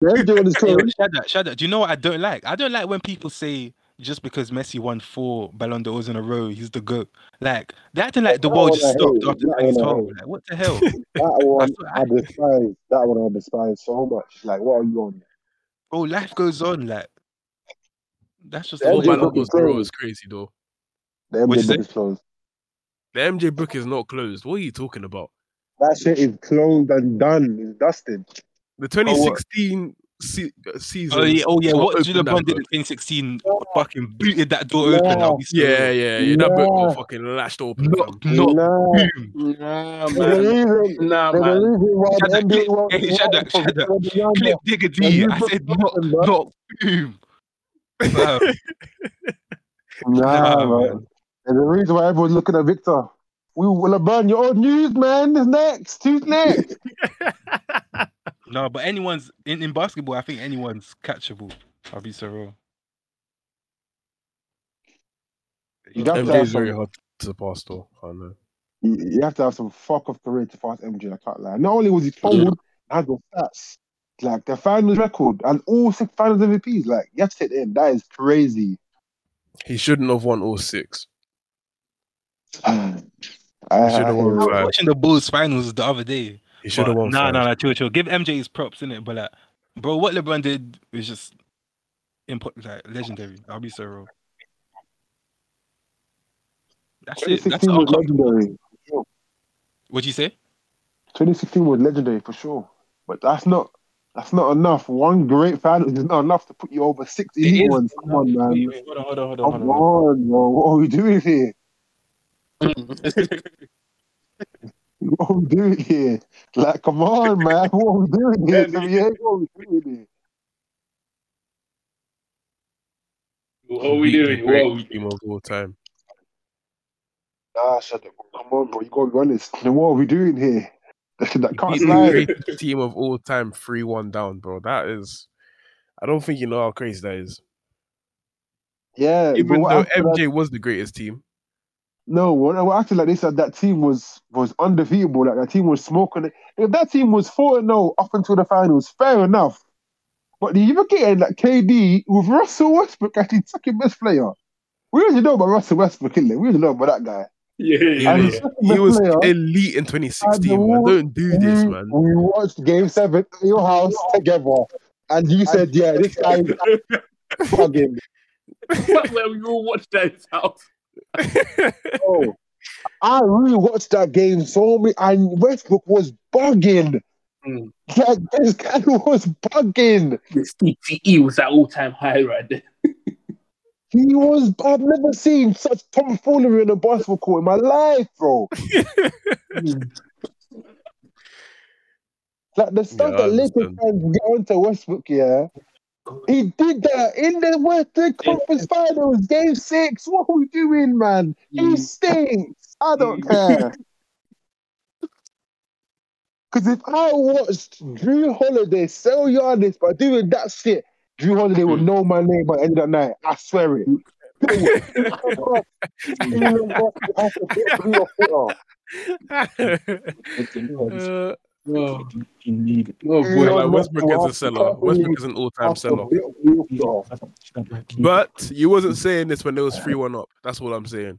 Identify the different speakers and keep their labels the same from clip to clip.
Speaker 1: They're doing the same.
Speaker 2: Shout out, shout out. Do you know what I don't like? I don't like when people say just because Messi won four Ballon d'Ors in a row, he's the goat. Like they're acting like the
Speaker 1: That
Speaker 2: world
Speaker 1: one I
Speaker 2: just stopped
Speaker 1: hate.
Speaker 2: after
Speaker 1: That
Speaker 2: he's
Speaker 1: one I
Speaker 2: told.
Speaker 1: hate.
Speaker 2: Like, what the hell?
Speaker 1: That one
Speaker 2: That's what
Speaker 1: I despise. That one I despise so much. Like, what are you on?
Speaker 2: Bro, life goes on. Like that's just
Speaker 1: The
Speaker 2: the
Speaker 1: MJ
Speaker 3: Oh, man,
Speaker 1: Book is
Speaker 3: that was bro,
Speaker 1: closed.
Speaker 3: it's crazy though.
Speaker 1: The
Speaker 2: What'd
Speaker 1: MJ
Speaker 2: you
Speaker 1: book
Speaker 2: say?
Speaker 1: is closed.
Speaker 3: The MJ book is not closed. What are you talking about?
Speaker 1: That shit is closed and done. It's dusted.
Speaker 3: The 2016 se- uh, season.
Speaker 2: Oh yeah, oh yeah.
Speaker 3: It's not
Speaker 2: What
Speaker 3: open
Speaker 2: Julian
Speaker 3: that
Speaker 2: Bond did
Speaker 3: book.
Speaker 2: in 2016 fucking booted that door open. Now we still-
Speaker 3: Yeah, yeah, yeah. That book
Speaker 1: Yeah.
Speaker 3: got fucking lashed open.
Speaker 2: Knock,
Speaker 3: fam.
Speaker 2: knock,
Speaker 1: Nah,
Speaker 2: boom.
Speaker 4: Nah,
Speaker 1: There's a
Speaker 4: man.
Speaker 1: reason.
Speaker 4: Nah,
Speaker 1: There's a
Speaker 4: man.
Speaker 1: reason why
Speaker 2: Shut
Speaker 1: the
Speaker 2: up,
Speaker 1: NBA won't.
Speaker 2: Hey, shut up, shut up. Clip diggity.
Speaker 1: you
Speaker 2: I said
Speaker 1: put-
Speaker 2: knock, knock, boom. Wow.
Speaker 1: Nah,
Speaker 2: Nah,
Speaker 1: man. There's a reason why everyone's looking at Victor. We LeBron, your old news, man, is next. Who's next?
Speaker 2: No, but anyone's in, in basketball. I think anyone's catchable. I'll be so real.
Speaker 1: You got
Speaker 3: MJ
Speaker 1: to
Speaker 3: is
Speaker 1: have
Speaker 3: very
Speaker 1: some,
Speaker 3: hard to pass though. I know.
Speaker 1: you you have to have some fuck off career to pass MJ. I can't lie. Not only was he cold, he had the stats. Like the finals record and all six finals MVPs. Like you have to take it in. That is crazy.
Speaker 3: He shouldn't have won all six.
Speaker 1: I,
Speaker 3: He should
Speaker 1: I,
Speaker 3: have won
Speaker 2: I was
Speaker 3: five.
Speaker 2: watching the Bulls finals the other day.
Speaker 3: He should have
Speaker 2: but
Speaker 3: won.
Speaker 2: Nah,
Speaker 3: five.
Speaker 2: nah, nah. Chill, chill. Give MJ his props in it, but like, bro, what LeBron did was just important, like legendary. I'll be so real. That's it. That's
Speaker 1: 2016 was
Speaker 2: all.
Speaker 1: legendary.
Speaker 2: What'd you say?
Speaker 1: 2016 was legendary for sure. But that's not that's not enough. One great finals is not enough to put you over six elite
Speaker 2: is
Speaker 1: ones. Come on, man.
Speaker 4: Wait, wait, Hold on, hold on, hold on,
Speaker 1: Come
Speaker 4: hold on.
Speaker 1: on, bro. What are we doing here? What are we doing here? Like, come on, man. What are we doing here? Yeah, what are we doing here?
Speaker 4: what are we doing? What are we doing?
Speaker 3: Team of all time.
Speaker 1: Nah, shut up. Come on, bro. You gotta be honest. Then what are we doing here? That shit that can't
Speaker 3: He's the
Speaker 1: lie.
Speaker 3: greatest team of all time, three one down, bro. That is. I don't think you know how crazy that is.
Speaker 1: Yeah.
Speaker 3: Even
Speaker 1: what
Speaker 3: though
Speaker 1: after that-
Speaker 3: MJ was the greatest team,
Speaker 1: No, what what acted like they said that team was was undefeatable, like that team was smoking it. If that team was 4 0 up until the finals, fair enough. But you look at it like KD with Russell Westbrook as his second best player. We already know about Russell Westbrook, innit? We already know about that guy.
Speaker 4: Yeah,
Speaker 3: Yeah,
Speaker 4: yeah,
Speaker 1: And
Speaker 3: yeah.
Speaker 1: his
Speaker 4: yeah.
Speaker 1: second
Speaker 3: he
Speaker 1: best
Speaker 3: was
Speaker 1: player,
Speaker 3: elite in 2016. Man. Don't do this,
Speaker 1: we,
Speaker 3: man.
Speaker 1: we watched game seven at your house together. And you said, yeah, this guy is fucking
Speaker 4: Where we all watched that house.
Speaker 1: Oh, I really watched that game so many, and Westbrook was bugging.
Speaker 3: Hmm.
Speaker 4: Mm.
Speaker 1: Like this guy was bugging.
Speaker 4: The CTE E was at all time high right there.
Speaker 1: He was. I've never seen such tomfoolery in a basketball court in my life, bro. Like the stuff
Speaker 3: Yeah, I
Speaker 1: that Lakers
Speaker 3: understand.
Speaker 1: fans get onto Westbrook, yeah. He did that in the Western Conference Finals, Game Six. What are we doing, man? He
Speaker 4: Mm.
Speaker 1: stinks. I don't
Speaker 4: Mm.
Speaker 1: care. Because if I watched Drew Holiday sell Giannis by doing that shit, Drew Holiday
Speaker 4: Mm.
Speaker 1: would know my name by the end of the night. I swear it.
Speaker 3: Uh,
Speaker 4: Oh, boy.
Speaker 1: Yeah.
Speaker 3: like Westbrook is a seller. Westbrook is an all-time seller. But you wasn't saying this when there was three one up. That's what I'm saying.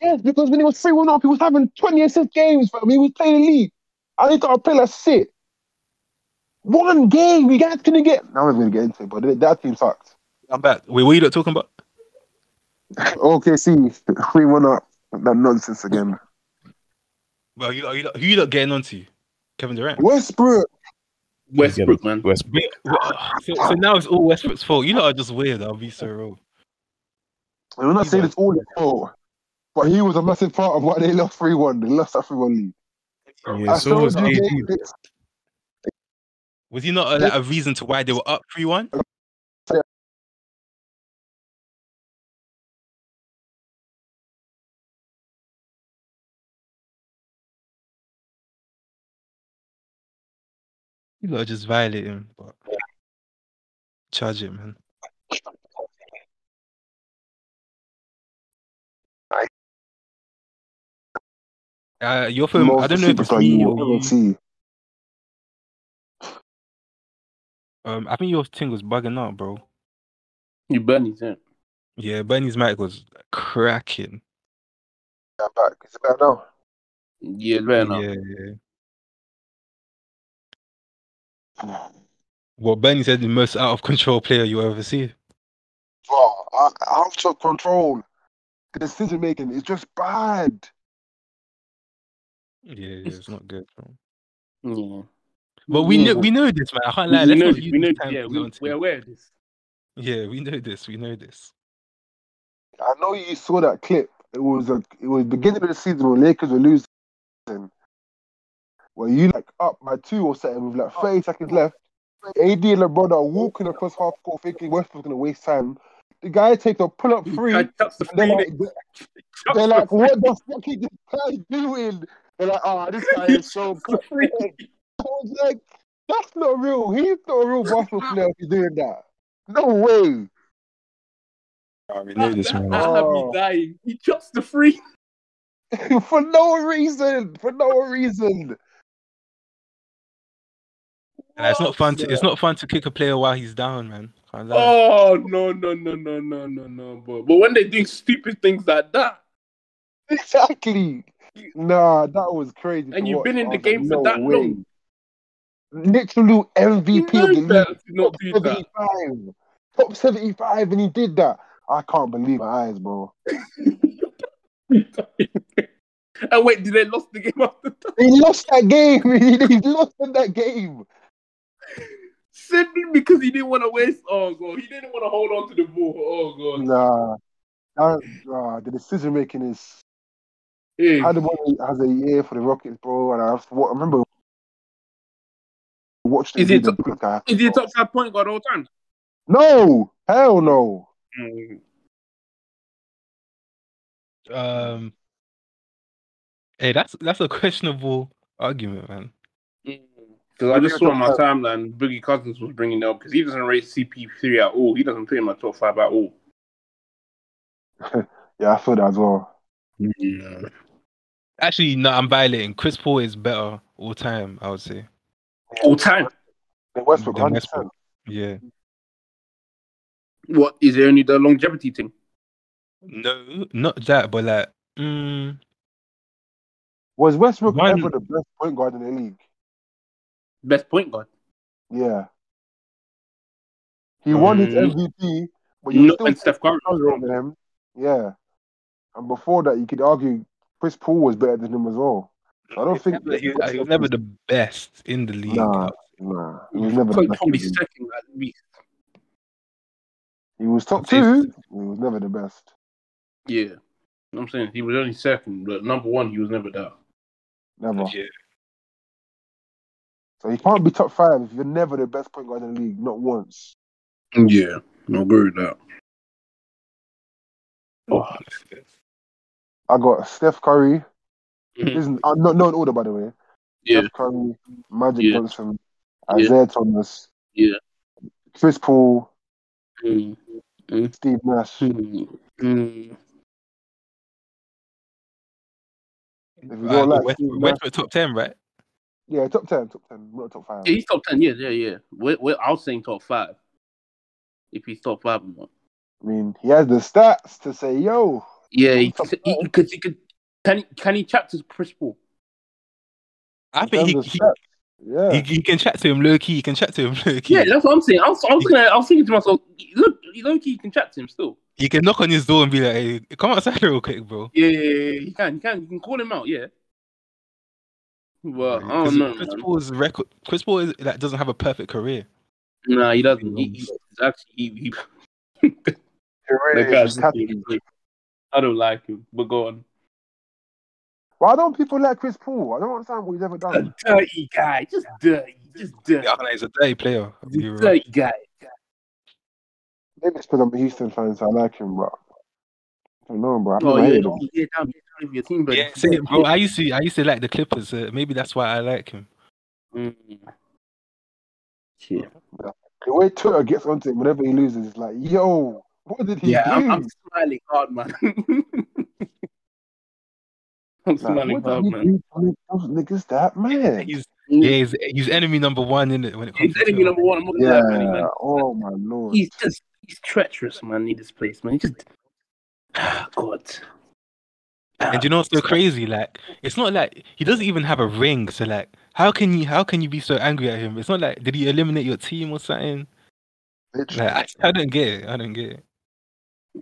Speaker 1: Yes, because when he was 3 1 up, he was having 20 assist games, fam. He was playing the league. And he got to play like shit. One game, we guys couldn't get. I was going to get into it, but that- that team sucked.
Speaker 2: I'm back. Wait, what are you not talking about?
Speaker 1: OKC, 3 1 up. That nonsense again.
Speaker 2: Well, you, you, who you not getting onto? Kevin Durant.
Speaker 1: Westbrook.
Speaker 4: Westbrook, man.
Speaker 3: Westbrook.
Speaker 2: Wait, what- So, so now it's all Westbrook's fault. You know, are just weird. I'll be so real.
Speaker 1: And I'm not saying it's all his fault, but he was a massive part of why they lost 3 1. They lost that 3 1 lead.
Speaker 3: Yeah, so was
Speaker 1: showed you
Speaker 3: AD.
Speaker 1: they-
Speaker 2: Was he not a, like, a reason to why they were up three one? You gotta just violate him, but charge it, man. Uh, your
Speaker 1: they
Speaker 2: phone.
Speaker 1: lost
Speaker 2: I don't
Speaker 1: the
Speaker 2: know if it's
Speaker 1: superstar
Speaker 2: me
Speaker 1: you
Speaker 2: or
Speaker 1: will ever
Speaker 2: you.
Speaker 1: see.
Speaker 2: Um, I think your thing was bugging out, bro.
Speaker 4: You Bernie's, yeah.
Speaker 2: Yeah, Bernie's mic was cracking.
Speaker 1: Yeah, I'm back. Is it better now?
Speaker 4: Yeah, fair enough.
Speaker 2: Yeah, yeah. Well, Bernie said the most out of control player you ever see.
Speaker 1: Bro, I, out of control. The decision making is just bad.
Speaker 2: Yeah, yeah it's not good. Bro.
Speaker 4: Yeah.
Speaker 2: But we know we know this, man. I can't lie.
Speaker 4: we
Speaker 2: Let's
Speaker 4: know,
Speaker 2: not
Speaker 4: this,
Speaker 2: use
Speaker 4: we know,
Speaker 2: this time
Speaker 4: yeah,
Speaker 2: to
Speaker 4: we,
Speaker 2: go on to-
Speaker 4: we're aware of this.
Speaker 2: yeah, we know this. We know this.
Speaker 1: I know you saw that clip. It was a, it was beginning of the season when Lakers were losing. Where you like up by two or something with like 30 seconds left. AD and LeBron are walking across half court thinking Westbrook's gonna waste time. The guy takes a pull up three.
Speaker 4: I chucks the
Speaker 1: They're
Speaker 4: free
Speaker 1: like,
Speaker 4: Nick, chucks
Speaker 1: they're
Speaker 4: the
Speaker 1: like,
Speaker 4: free-
Speaker 1: what the fuck is this guy doing? They're like, oh, this guy is so
Speaker 4: the free-
Speaker 1: good. I was like, that's not real. He's not a real basketball player if he's doing that. No way.
Speaker 2: we
Speaker 4: I, I have
Speaker 1: Oh.
Speaker 4: me dying. He chucks the free.
Speaker 1: for no reason. For no reason.
Speaker 2: it's not fun. To, it's not fun to kick a player while he's down, man. Can't lie.
Speaker 4: Oh no no no no no no no! But but when they do stupid things like that,
Speaker 1: Exactly. Nah, that was crazy.
Speaker 4: and
Speaker 1: to
Speaker 4: you've
Speaker 1: watch.
Speaker 4: been in
Speaker 1: I
Speaker 4: the
Speaker 1: was
Speaker 4: game
Speaker 1: like,
Speaker 4: for
Speaker 1: no
Speaker 4: that
Speaker 1: way.
Speaker 4: long,
Speaker 1: Literally
Speaker 4: you
Speaker 1: MVP
Speaker 4: know
Speaker 1: of the league.
Speaker 4: better to not do
Speaker 1: Top
Speaker 4: that.
Speaker 1: 75. Top 75, and he did that. I can't believe my eyes, bro.
Speaker 4: and wait, did they lost the game after that?
Speaker 1: He lost that game. he lost in that game.
Speaker 4: Simply because he didn't want to waste. Oh god, he didn't want to hold on to the ball. Oh god,
Speaker 1: Nah. That, nah, the decision making is
Speaker 4: hey,
Speaker 1: had one has a year for the Rockets, bro, and I've, I remember watching
Speaker 4: Is it-
Speaker 1: the Blue guy.
Speaker 4: is he a top five point guard all time?
Speaker 1: No, hell no.
Speaker 4: Mm-hmm. Oh.
Speaker 2: Um, hey, that's that's a questionable argument, man.
Speaker 4: Because I just saw on my timeline Boogie Cousins was bringing it up because he doesn't rate CP3 at all. He doesn't put him at top five at all.
Speaker 1: Yeah, I saw that as well.
Speaker 4: Yeah.
Speaker 2: Actually, no, I'm violating. Chris Paul is better all time, I would say.
Speaker 4: All time.
Speaker 1: The Westbrook,
Speaker 2: Than
Speaker 1: 100%.
Speaker 2: Westbrook. Yeah.
Speaker 4: What is it only the longevity thing?
Speaker 2: No, not that, but like, mm,
Speaker 1: Was Westbrook
Speaker 2: One-
Speaker 1: ever the best point guard in the league?
Speaker 4: Best point guard.
Speaker 1: Yeah. He won his
Speaker 4: Mm.
Speaker 1: MVP, but you
Speaker 4: Not
Speaker 1: still
Speaker 4: when Steph Curry. was
Speaker 1: taller
Speaker 4: wrong.
Speaker 1: than him. Yeah. And before that, you could argue Chris Paul was better than him as well. I don't
Speaker 2: he's
Speaker 1: think
Speaker 2: never,
Speaker 1: that-
Speaker 2: he, he was never the best in the league.
Speaker 1: Nah. Nah, he was never the
Speaker 4: Probably,
Speaker 1: best.
Speaker 4: probably second at least.
Speaker 1: He was top
Speaker 2: I'd say-
Speaker 1: two. but He was never the best.
Speaker 4: Yeah. You know what I'm saying he was only second, but number one, he was never that.
Speaker 1: Never.
Speaker 2: Yeah.
Speaker 1: So you can't be top five if you're never the best point guard in the league, not once.
Speaker 4: Yeah. I agree with that. Oh.
Speaker 1: I got Steph Curry.
Speaker 4: Mhm.
Speaker 1: Isn't uh, not known order by the way.
Speaker 4: Yeah.
Speaker 1: Steph Curry, Magic
Speaker 4: Yeah.
Speaker 1: Johnson,
Speaker 4: Yeah.
Speaker 1: Isaiah Thomas.
Speaker 4: Yeah.
Speaker 1: Chris Paul,
Speaker 4: Mm.
Speaker 1: Steve Nash.
Speaker 2: Hmm.
Speaker 1: If
Speaker 4: Mm. Mm.
Speaker 1: you don't
Speaker 2: Uh,
Speaker 1: like
Speaker 2: West-
Speaker 1: Steve Nash,
Speaker 2: Westbrook top ten, right?
Speaker 1: yeah, top ten, top ten, not top five.
Speaker 4: Yeah, he's top ten. Yeah, yeah, yeah. We're, we're, I was saying top five. If he's top five or not.
Speaker 1: I mean, he has the stats to say, yo,
Speaker 4: Yeah, he,
Speaker 1: Top
Speaker 4: he, he, could, he could. Can he, can he chat to Chris Paul?
Speaker 2: I
Speaker 1: in
Speaker 2: think he
Speaker 1: terms of
Speaker 2: he,
Speaker 1: stats, yeah.
Speaker 2: he he can chat to him low key. He can chat to him low key.
Speaker 4: Yeah, that's what I'm saying. I was, I was, gonna, I was thinking to myself, look, low key, you can chat to him still.
Speaker 2: You can knock on his door and be like, "Hey, come outside real quick, bro."
Speaker 4: Yeah, yeah, yeah, yeah, he can, he can, you can call him out. Yeah. Well, I
Speaker 2: Because
Speaker 4: don't know.
Speaker 2: Chris
Speaker 4: man.
Speaker 2: Paul's record. Chris Paul is, like, doesn't have a perfect career.
Speaker 4: Nah, he doesn't. He, he, he's actually, he, he,
Speaker 1: He really
Speaker 4: that guy's
Speaker 1: is cat-
Speaker 4: I don't like him. But go on.
Speaker 1: Why don't people like Chris Paul? I don't understand what he's ever
Speaker 4: A
Speaker 1: done.
Speaker 4: dirty guy, just dirty, just dirty,
Speaker 2: Yeah, he's a dirty player. I'll be
Speaker 4: He's a
Speaker 2: real.
Speaker 4: dirty guy.
Speaker 1: Maybe it's because I'm a Houston fan, so I like him, bro. I don't know, bro. I've
Speaker 4: Oh
Speaker 1: never
Speaker 4: yeah,
Speaker 1: hated him.
Speaker 4: yeah, yeah, down, yeah, down with your team, but
Speaker 2: Yeah, same, bro. I used to I used to like the Clippers. So maybe that's why I like him.
Speaker 4: Yeah,
Speaker 1: The way Twitter gets onto him whenever he loses, it's like, yo, what did he
Speaker 4: yeah
Speaker 1: do?
Speaker 4: I'm, I'm smiling hard, man. I'm
Speaker 1: Like,
Speaker 4: smiling
Speaker 1: what
Speaker 4: hard,
Speaker 1: did he
Speaker 4: man.
Speaker 1: do to make those niggas that mad?
Speaker 2: He's Yeah, he's, he's enemy number one in it when it comes.
Speaker 4: He's
Speaker 2: to
Speaker 4: enemy
Speaker 2: Tottenham.
Speaker 4: number one. I'm not gonna
Speaker 1: Yeah.
Speaker 4: lie, man, man.
Speaker 1: Oh my lord.
Speaker 4: He's just he's treacherous, man. He this place, man. He just God.
Speaker 2: And you know what's so crazy? Like, it's not like he doesn't even have a ring. So like, how can you how can you be so angry at him? It's not like did he eliminate your team or something?
Speaker 1: Literally.
Speaker 2: Like, I, I don't get it. I don't get it.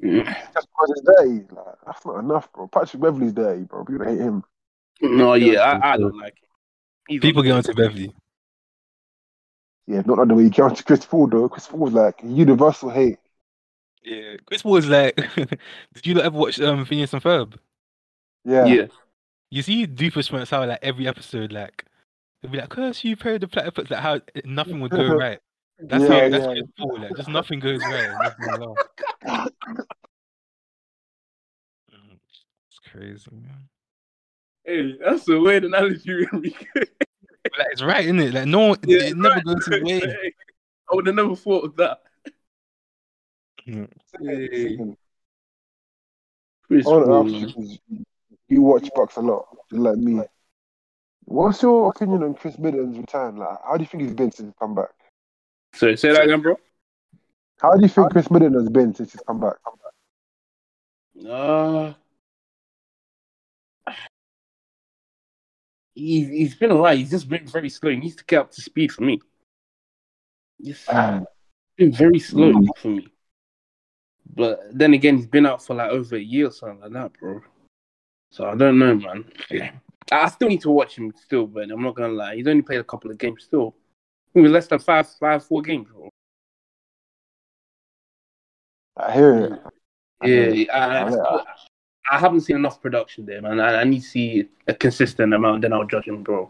Speaker 1: Just because he's dirty. Like, that's not enough, bro. Patrick Beverly's dirty, bro. People hate him.
Speaker 4: No, yeah, I, I don't like him. He's
Speaker 2: People get onto Beverly.
Speaker 1: Yeah, not like the way he counts Chris Paul, though. Chris Paul's like universal hate.
Speaker 2: Yeah, Chris Paul is like, did you not ever watch um Phineas and Ferb?
Speaker 1: Yeah.
Speaker 4: Yeah.
Speaker 2: You see Doofus how like every episode like they'd be like, curse you, pray the platter, but like how nothing would go right. That's
Speaker 1: yeah,
Speaker 2: how that's
Speaker 1: yeah.
Speaker 2: Chris Paul, like just nothing goes right. and nothing goes wrong. Mm, It's crazy, man.
Speaker 4: Hey, that's a weird analogy, Rick.
Speaker 2: But, like, it's right, isn't it? Like no one-
Speaker 4: Yeah,
Speaker 2: it
Speaker 4: it's
Speaker 2: never
Speaker 4: right.
Speaker 2: goes his way.
Speaker 4: I would have never thought of that.
Speaker 2: Mm.
Speaker 4: Hey,
Speaker 1: Second,
Speaker 4: Chris
Speaker 1: I
Speaker 4: Paul,
Speaker 1: want to
Speaker 4: man.
Speaker 1: ask you, 'cause you watch box a lot, like me. What's your opinion on Chris Middleton's return? Like, how do you think he's been since he's come back?
Speaker 4: Sorry, say that again, bro.
Speaker 1: How do you think Chris Middleton has been since he's come back?
Speaker 4: Uh, he's, he's been alright. He's just been very slow. He needs to get up to speed for me. Yes,
Speaker 1: Mm.
Speaker 4: been very slow for me. But then again, he's been out for like over a year or something like that, bro. So I don't know, man. I still need to watch him still, but I'm not gonna lie. He's only played a couple of games still. Maybe less than five, five, four games, bro.
Speaker 1: I hear it. I hear it.
Speaker 4: Yeah, I,
Speaker 1: I
Speaker 4: I,
Speaker 1: know.
Speaker 4: still- I haven't seen enough production there, man. I, I need to see a consistent amount, then I'll judge him, bro.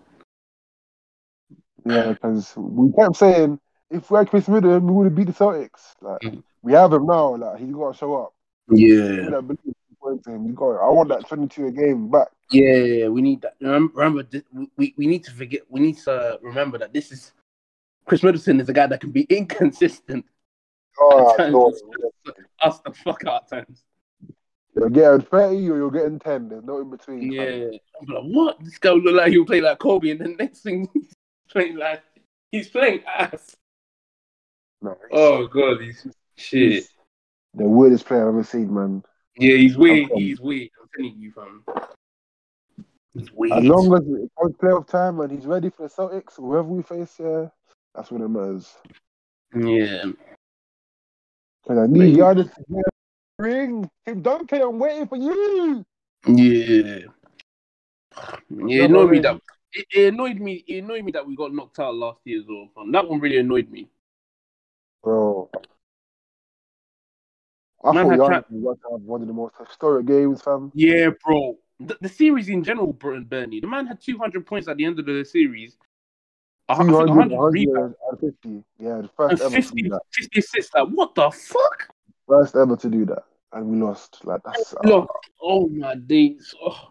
Speaker 1: Yeah, because we kept saying if we had Chris Middleton, we would have beat the Celtics. Like,
Speaker 4: Mm.
Speaker 1: we have him now. Like, he's got to show up.
Speaker 4: Yeah,
Speaker 1: I believe he's going to him. He's got- I want that 22 a game back.
Speaker 4: yeah, we need that. Remember, remember this, we- we, we need to forget. We need to uh, remember that this is Chris Middleton is a guy that can be inconsistent.
Speaker 1: Oh,
Speaker 4: At times,
Speaker 1: Lord.
Speaker 4: Us the fuck out at times.
Speaker 1: You're getting 30 or you're getting 10. There's no in between.
Speaker 4: Yeah, I'm like, what? This guy look like he'll play like Kobe, and then next thing he's playing like he's playing ass.
Speaker 1: No,
Speaker 4: Oh god, he's shit.
Speaker 1: he's the weirdest player I've ever seen, man.
Speaker 4: Yeah, he's weird.
Speaker 1: Okay.
Speaker 4: He's weird. I'm telling you, fam. He's weird.
Speaker 1: As long as it comes playoff time and he's ready for the Celtics, whoever we face, yeah, that's what it matters.
Speaker 4: yeah.
Speaker 1: Because I need Giannis to get a ring. Tim Duncan, I'm waiting for you.
Speaker 4: Yeah. Yeah, it
Speaker 1: No,
Speaker 4: annoyed me
Speaker 1: but-
Speaker 4: that it, it annoyed me. It annoyed me that we got knocked out last year as well. Fam. That one really annoyed me.
Speaker 1: Bro. I
Speaker 4: Man
Speaker 1: thought
Speaker 4: had
Speaker 1: Giannis
Speaker 4: tra-
Speaker 1: was about to have one of the most historic games, fam.
Speaker 4: Yeah, bro. The, the series in general, Br- Bernie. The man had 200 points at the end of the series. A hun- I think
Speaker 1: 200,
Speaker 4: 100 rebounds
Speaker 1: 150. Yeah, the
Speaker 4: and
Speaker 1: first ever to
Speaker 4: 50,
Speaker 1: do that.
Speaker 4: 50 assists. Like, what the fuck?
Speaker 1: First ever to do that. And we lost. Like, that's. uh,
Speaker 4: Look, oh my days. Oh.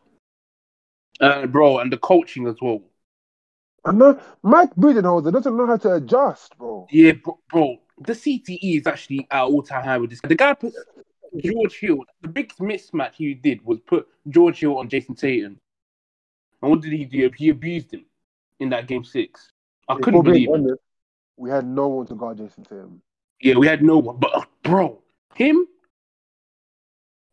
Speaker 4: Uh, bro, and the coaching as well.
Speaker 1: And now, Mike Budenholzer doesn't know how to adjust, bro.
Speaker 4: Yeah, bro, bro the CTE is actually at all time high with this. The guy put George Hill. The big mismatch he did was put George Hill on Jason Tatum. And what did he do? He abused him in that game six. I
Speaker 1: If
Speaker 4: couldn't
Speaker 1: we're being
Speaker 4: believe. It.
Speaker 1: honest, we had no one to guard Jason Tatum.
Speaker 4: Yeah, we had no one, but uh, bro, him.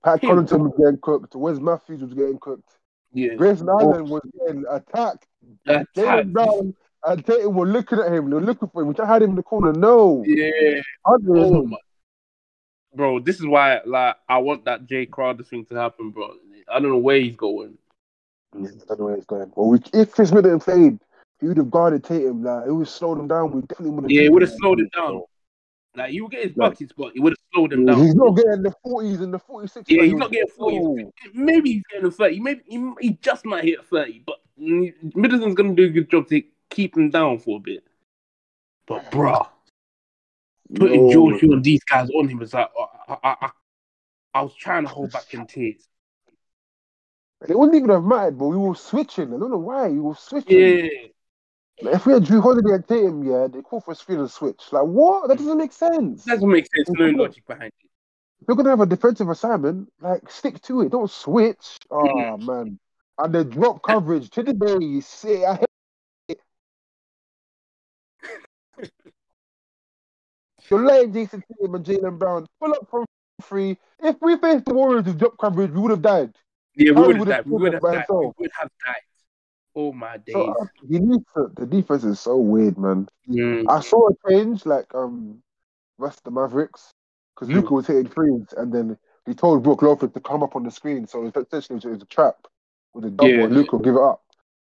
Speaker 1: Pat
Speaker 4: Hmm.
Speaker 1: Connaughton was getting cooked. Wes Matthews was getting cooked.
Speaker 4: Yeah,
Speaker 1: Grayson Allen was getting attacked.
Speaker 4: that
Speaker 1: Jalen
Speaker 4: time.
Speaker 1: Brown and Tatum were looking at him. They were looking for him, which I had him in the corner. No.
Speaker 4: Yeah,
Speaker 1: Under
Speaker 4: oh
Speaker 1: him.
Speaker 4: my. Bro, this is why like I want that Jay Crowder thing to happen, bro. I don't know where he's going.
Speaker 1: Yeah, I don't know where he's going. Well, we, if Chris Middleton played, he would have guarded Tatum. Like, it would have slowed him down. We definitely would have.
Speaker 4: Yeah, it would have slowed it down. Like you get his
Speaker 1: Like-
Speaker 4: buckets, but it would have slowed him down.
Speaker 1: He's not getting the 40s and the 46.
Speaker 4: Yeah,
Speaker 1: man.
Speaker 4: he's
Speaker 1: He
Speaker 4: not
Speaker 1: was-
Speaker 4: getting 40.
Speaker 1: No.
Speaker 4: Maybe he's getting a 30. Maybe he, he just might hit 30, but mm, Middleton's going to do a good job to keep him down for a bit. But, bruh, putting
Speaker 1: No.
Speaker 4: George Hill and these guys on him was like, oh, I, I, I, I was trying to hold back in tears.
Speaker 1: It wouldn't even have mattered, but we were switching. I don't know why. We were switching.
Speaker 4: Yeah.
Speaker 1: Like, if we had Drew Holiday and Tatum, yeah, they call for a screen and switch. Like, what? That doesn't make sense.
Speaker 4: Doesn't make sense. No logic behind it.
Speaker 1: If you're gonna have a defensive assignment, like stick to it. Don't switch. Oh man. And the drop coverage to the day, you see, I hate You're letting Jason Tatum and Jalen Brown pull up from three. If we faced the Warriors with drop coverage, we would have died.
Speaker 4: Yeah, we
Speaker 1: Harden
Speaker 4: would have
Speaker 1: would've
Speaker 4: died.
Speaker 1: killed
Speaker 4: We
Speaker 1: them
Speaker 4: would have
Speaker 1: by
Speaker 4: died. We
Speaker 1: himself.
Speaker 4: would have died. Oh my days.
Speaker 1: So, uh, he needs to, the defense is so weird, man.
Speaker 4: Mm.
Speaker 1: I saw a change, like um, that's the Mavericks, because
Speaker 4: Mm.
Speaker 1: Luca was hitting threes, and then he told Brook Lopez to come up on the screen. So it's essentially it was a trap with a double,
Speaker 4: Yeah.
Speaker 1: and Luca give it up.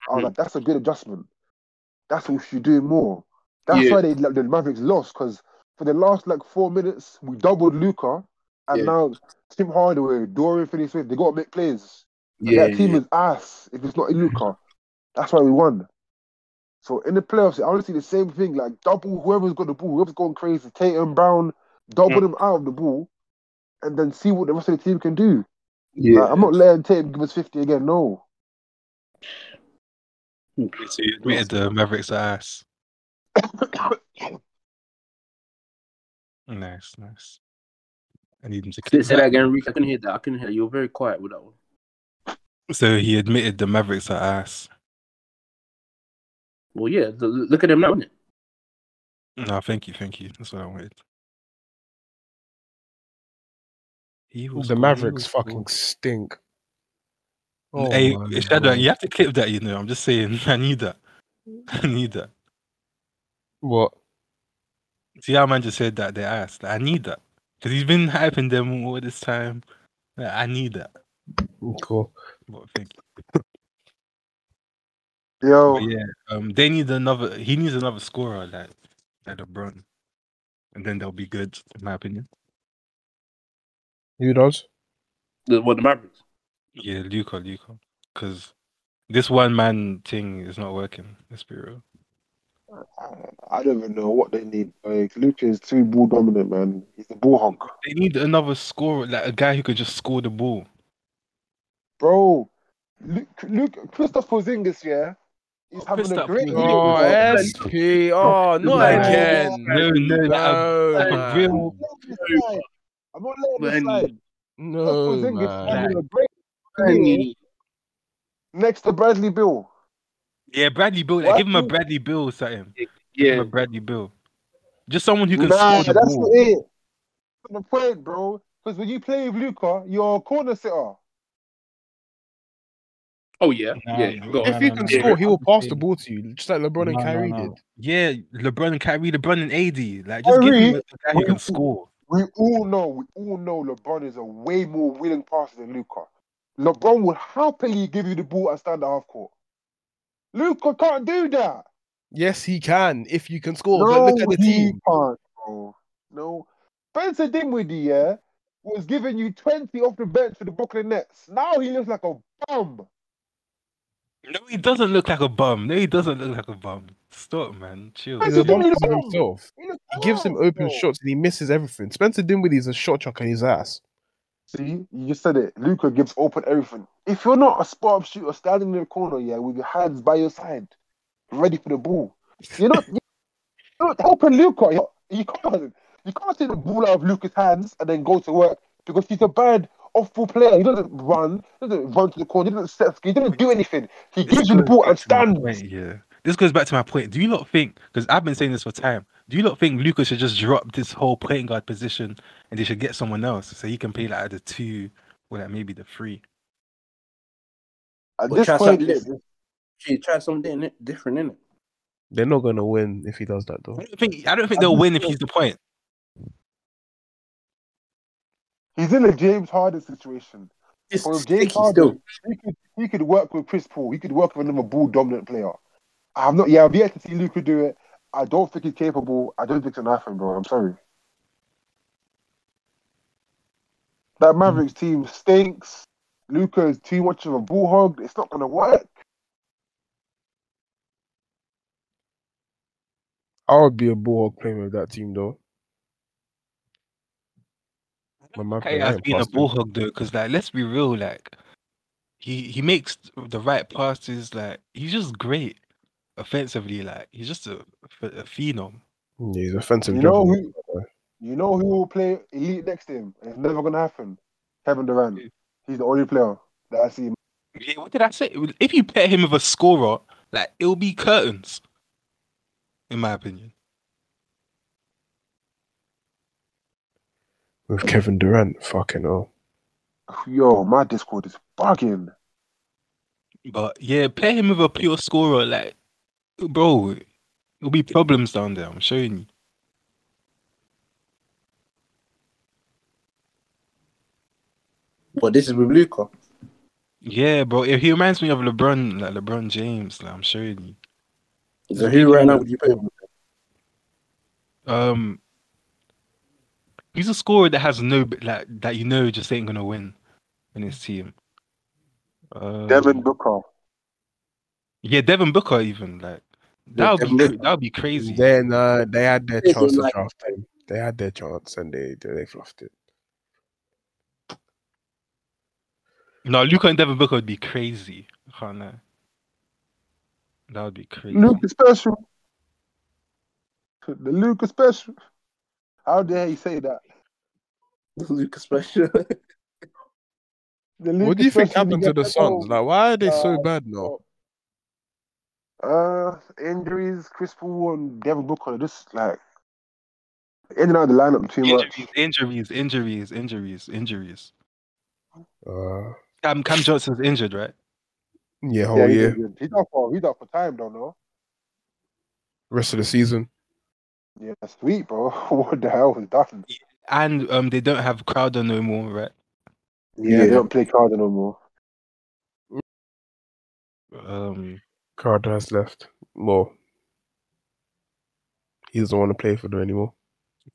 Speaker 1: I was
Speaker 4: Mm.
Speaker 1: like, that's a good adjustment. That's what we should do more. That's
Speaker 4: Yeah.
Speaker 1: why they like, the Mavericks lost because for the last like four minutes we doubled Luca, and
Speaker 4: Yeah.
Speaker 1: now Tim Hardaway, Dorian Finney-Smith, they got to make plays.
Speaker 4: Yeah,
Speaker 1: that team is ass if it's not Luca. That's why we won. So in the playoffs, I want to see the same thing. Like double whoever's got the ball, whoever's going crazy, Tatum Brown, double
Speaker 4: Mm.
Speaker 1: them out of the ball, and then see what the rest of the team can do.
Speaker 4: yeah.
Speaker 1: Like, I'm not letting Tatum give us 50 again. No,
Speaker 2: So you admitted the Mavericks are ass. Nice, nice. I need him to
Speaker 4: Say
Speaker 2: clip
Speaker 4: say that
Speaker 2: that.
Speaker 4: again, Reek. I couldn't hear that. I couldn't hear. You were very quiet with that one.
Speaker 2: So he admitted the Mavericks are ass.
Speaker 4: Well, yeah. The, look at them now, innit?
Speaker 2: No, thank you, thank you. That's what I wanted. He was
Speaker 3: The
Speaker 2: good, he
Speaker 3: Mavericks
Speaker 2: was
Speaker 3: fucking stink. Oh,
Speaker 2: good. Hey,
Speaker 3: my
Speaker 2: Shadow,
Speaker 3: God.
Speaker 2: you have to clip that, you know. I'm just saying, I need that. I need that.
Speaker 3: What?
Speaker 2: See how man just said that they asked. I need that because he's been hyping them all this time. Like, I need that.
Speaker 3: Cool.
Speaker 2: But thank you.
Speaker 1: yo, Oh.
Speaker 2: But yeah, um, they need another. He needs another scorer like like LeBron, and then they'll be good, in my opinion.
Speaker 3: Who does?
Speaker 4: The, what the Mavericks?
Speaker 2: Yeah, Luca, Luca, because this one man thing is not working. Let's be real.
Speaker 1: I don't even know what they need. Like Luca is too ball dominant, man. He's a ball hunk,
Speaker 2: They need another scorer, like a guy who could just score the ball.
Speaker 1: bro. Luke, Luke, Christoph Porzingis, yeah, he's having
Speaker 2: Christoph
Speaker 1: a great.
Speaker 2: Porzingis.
Speaker 3: Oh,
Speaker 1: year,
Speaker 3: SP. Oh, not
Speaker 1: Nah.
Speaker 3: again.
Speaker 2: No, no, like a-
Speaker 3: No,
Speaker 2: like a
Speaker 3: man.
Speaker 2: real
Speaker 1: bro. I'm not letting this
Speaker 4: Man.
Speaker 1: slide.
Speaker 3: No,
Speaker 1: Christoph Porzingis
Speaker 3: man.
Speaker 1: having a great year next to Bradley Bill.
Speaker 2: Yeah, Bradley Bill. Like,
Speaker 1: What?
Speaker 2: give him a Bradley Bill, something. Give him
Speaker 4: Yeah.
Speaker 2: a Bradley Bill. Just someone who can
Speaker 1: Nah,
Speaker 2: score the
Speaker 1: that's
Speaker 2: ball.
Speaker 1: not it. That's the point, bro. Because when you play with Luca, you're a corner sitter.
Speaker 4: Oh yeah.
Speaker 2: Nah,
Speaker 4: yeah.
Speaker 2: bro.
Speaker 4: Go.
Speaker 3: If he can score, he will pass the ball to you, just like LeBron and
Speaker 2: No, no,
Speaker 3: Kyrie
Speaker 2: no.
Speaker 3: did.
Speaker 2: Yeah, LeBron and Kyrie, LeBron and AD. Like, just give
Speaker 1: Kyrie-
Speaker 2: him a guy who can score.
Speaker 1: We all know, we all know LeBron is a way more willing passer than Luca. LeBron will happily give you the ball and stand at half court. Luca can't do that.
Speaker 3: Yes, he can if you can score. but look at the
Speaker 1: he
Speaker 3: team.
Speaker 1: Can't, bro. No. Spencer Dinwiddie, yeah, was giving you 20 off the bench for the Brooklyn Nets. Now he looks like a bum.
Speaker 2: No, he doesn't look like a bum. No, he doesn't look like a bum. Stop, man. Chill.
Speaker 1: He's
Speaker 3: He's
Speaker 1: a
Speaker 3: a bum
Speaker 1: bum.
Speaker 3: for himself.
Speaker 1: He, looks
Speaker 3: He gives him
Speaker 1: ass,
Speaker 3: open
Speaker 1: bro.
Speaker 3: shots and he misses everything. Spencer Dinwiddie is a shot chucker in his ass.
Speaker 1: See, you just said it. Luca gives open everything. If you're not a spot up shooter standing in the corner, yeah, with your hands by your side, ready for the ball, you're not, you're not helping Luca. You you can't. You can't take the ball out of Luca's hands and then go to work because he's a bad off-ball player. He doesn't run, he doesn't run to the corner, he doesn't set, he doesn't do anything. He
Speaker 2: This
Speaker 1: gives you the
Speaker 2: goes
Speaker 1: ball
Speaker 2: back
Speaker 1: and
Speaker 2: to my
Speaker 1: stands.
Speaker 2: point, yeah. This goes back to my point. Do you not think, because I've been saying this for time, do you not think Lucas should just drop this whole playing guard position and they should get someone else so he can play like the two or like maybe the three?
Speaker 1: At
Speaker 4: But
Speaker 1: this
Speaker 4: try
Speaker 1: point,
Speaker 4: something
Speaker 1: it's-
Speaker 4: different. Shit, try something di- different, innit?
Speaker 3: They're not gonna win if he does that though.
Speaker 2: I don't think, I don't think they'll win if he's the point.
Speaker 1: he's in a James Harden situation.
Speaker 4: It's
Speaker 1: Well, James
Speaker 4: sticky
Speaker 1: Harden,
Speaker 4: still.
Speaker 1: he could, he could work with Chris Paul. He could work with another ball dominant player. I have not. Yeah, I've yet to see Luca do it. I don't think he's capable. I don't think it's an iPhone, bro. I'm sorry. That Mavericks team stinks. Luca is too much of a bullhog. It's not gonna work.
Speaker 3: I would be a bullhog playing with that team though. My man
Speaker 2: Hey,
Speaker 3: playing
Speaker 2: as
Speaker 3: iron
Speaker 2: being a
Speaker 3: past
Speaker 2: ball
Speaker 3: him.
Speaker 2: hog though, because like let's be real, like he he makes the right passes. Like he's just great offensively. Like he's just a, a, a phenom.
Speaker 3: Yeah, he's offensive.
Speaker 1: You know
Speaker 3: dribbler.
Speaker 1: who? You know who will play elite next to him? It's never gonna happen. Kevin Durant. He's the only player that I see.
Speaker 2: Yeah, what did I say? If you pair him with a scorer, like it'll be curtains, in my opinion.
Speaker 3: with Kevin Durant. Fucking hell.
Speaker 1: Yo, my Discord is bugging.
Speaker 2: But yeah, pair him with a pure scorer, like bro, it'll be problems down there. I'm showing you.
Speaker 4: But this is with Luca.
Speaker 2: Yeah, bro. If he reminds me of LeBron, like LeBron James, like I'm showing you.
Speaker 4: So who right now would you pay him?
Speaker 2: Um, he's a scorer that has no like that you know just ain't gonna win in his team. Um,
Speaker 1: Devin Booker.
Speaker 2: yeah, Devin Booker, even like that would
Speaker 4: Devin
Speaker 2: be
Speaker 4: Booker.
Speaker 2: cra- that would be crazy.
Speaker 3: Then uh, they had their
Speaker 4: Is it
Speaker 3: chance to
Speaker 4: like-
Speaker 3: draft him. They had their chance and they they, they fluffed it.
Speaker 2: No, Luca and Devin Booker would be crazy. I can't lie. That would be crazy.
Speaker 1: Luca special. The Luca special. How dare you say that?
Speaker 4: Luca special.
Speaker 1: The
Speaker 3: What
Speaker 1: Luka
Speaker 3: do you think
Speaker 1: special,
Speaker 3: happened
Speaker 1: you
Speaker 3: to the
Speaker 1: get
Speaker 3: Suns? Like, why are they so
Speaker 1: Uh,
Speaker 3: bad now?
Speaker 1: Uh, injuries, Chris Paul and Devin Booker just like in and out of the lineup too much.
Speaker 2: Injuries, injuries, injuries, injuries, injuries.
Speaker 3: Uh,
Speaker 2: Cam, Cam Johnson's injured, right?
Speaker 3: Oh, yeah, whole
Speaker 1: he's
Speaker 3: year,
Speaker 1: injured. He's out for he's out for time, don't know.
Speaker 3: rest of the season.
Speaker 1: Yeah, sweet, bro. What the hell was that?
Speaker 2: And um, they don't have Crowder no more, right?
Speaker 1: Yeah, they don't play Carter no more.
Speaker 2: Um,
Speaker 3: Carter has left. Well, he doesn't want to play for them anymore.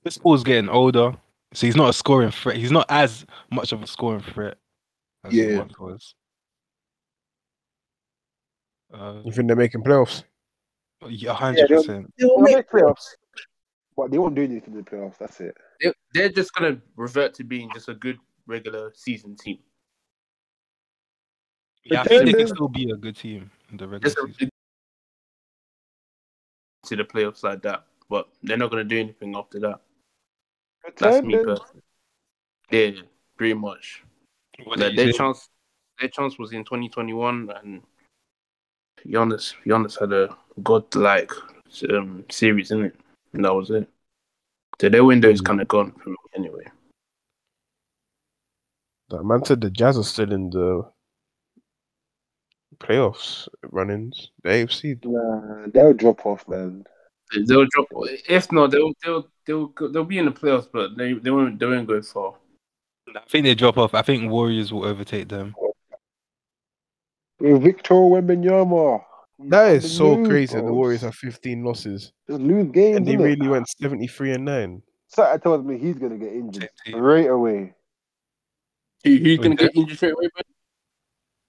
Speaker 2: Chris Paul's getting older, so he's not a scoring threat. He's not as much of a scoring threat as he
Speaker 4: Yeah.
Speaker 2: once was. Uh,
Speaker 3: You think they're making playoffs?
Speaker 2: yeah, hundred
Speaker 1: they'll-
Speaker 2: percent.
Speaker 1: They'll make playoffs, but they won't do anything in the playoffs. That's it.
Speaker 4: They- They're just gonna revert to being just a good regular season team.
Speaker 2: Yeah, I think they can
Speaker 1: Pretenders.
Speaker 2: still be a good team in the regular
Speaker 4: Just a,
Speaker 2: season.
Speaker 4: to the playoffs like that, but they're not gonna do anything after that. That's me
Speaker 1: Pretenders.
Speaker 4: personally. Yeah, pretty much.
Speaker 2: What do
Speaker 4: Like,
Speaker 2: you
Speaker 4: their
Speaker 2: think?
Speaker 4: chance, their chance was in 2021, and Giannis, Giannis had a godlike um, series in it, and that was it. So their window is kind of gone for me anyway.
Speaker 3: That man said the Jazz are still in the playoffs run-ins, the AFC.
Speaker 1: Nah, they'll drop off, man.
Speaker 4: They- They'll drop. If not, they'll they'll they'll go, they'll be in the playoffs, but they they won't they won't go far.
Speaker 2: I think they drop off. I think Warriors will overtake them.
Speaker 1: With Victor Wembanyama.
Speaker 3: That is so
Speaker 1: Lose,
Speaker 3: crazy. that The
Speaker 1: bro.
Speaker 3: Warriors have 15 losses,
Speaker 1: Just lose games.
Speaker 3: and they
Speaker 1: innit?
Speaker 3: really went 73 and nine.
Speaker 1: Saturday tells me he's gonna get injured
Speaker 2: Same team.
Speaker 1: right away.
Speaker 4: Who, who's
Speaker 2: Wait,
Speaker 4: gonna
Speaker 2: who?
Speaker 4: get injured straight away?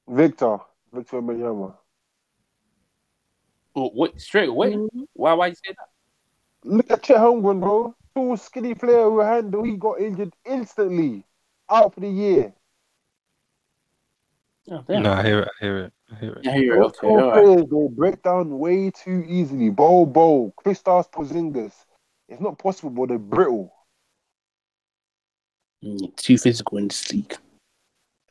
Speaker 4: bro?
Speaker 1: Victor, Victor Wembanyama.
Speaker 4: Oh, wait, straight away? Why why you say that?
Speaker 1: Look at Chet Holmgren, bro. Tall, skinny player with a handle. He got injured instantly, out for the year.
Speaker 4: Oh, damn. Oh,
Speaker 2: No, I hear it. I hear it. I hear it.
Speaker 4: Yeah, you're
Speaker 1: Those
Speaker 4: okay.
Speaker 1: tall
Speaker 4: all right.
Speaker 1: players they break down way too easily. Bo Bo, Kristaps Porzingis. It's not possible, but they're brittle.
Speaker 4: Mm, Too physical in this league.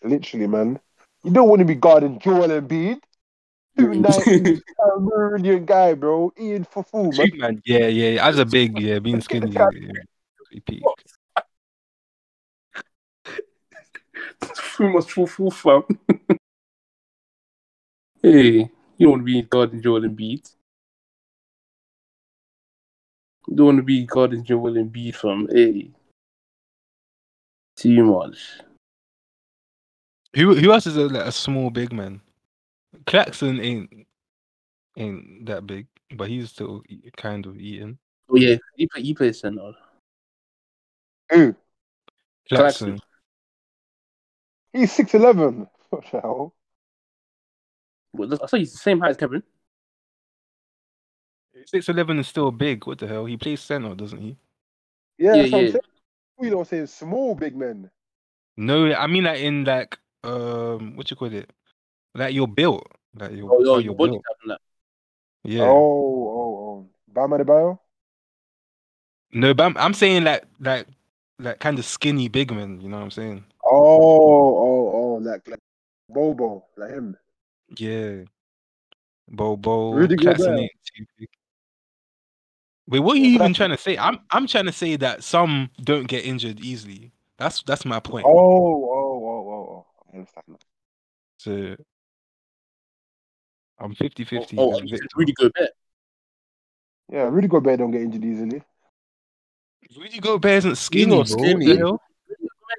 Speaker 1: Literally, man. You don't want to be guarding Joel Embiid. Two nineties, Cameroonian guy, bro. Ian Fufu, man.
Speaker 2: Big man. Yeah, yeah, yeah. As a big, yeah, being skinny. Yeah. He peak.
Speaker 4: Too much full full fam. hey, you don't want to be guarding Joel Embiid. You don't want to be guarding Joel Embiid fam. Hey, too much.
Speaker 2: Who who else is a, like a small big man? Claxton ain't ain't that big, but he's still e- kind of eating.
Speaker 4: Oh yeah, he play he plays center.
Speaker 1: Who?
Speaker 2: Claxton.
Speaker 4: Claxton.
Speaker 2: um,
Speaker 1: Oh,
Speaker 4: Oh,
Speaker 1: oh. Oh,
Speaker 2: That's that's my point.
Speaker 1: Oh, oh, oh, oh, oh. I understand. now.
Speaker 2: So I'm 50 50.
Speaker 4: oh, oh, it's a really good bet.
Speaker 1: Yeah, really good bet don't get injured easily.
Speaker 2: Rudy Gobert isn't skinny,
Speaker 3: not
Speaker 2: bro.
Speaker 3: skinny.
Speaker 2: You know?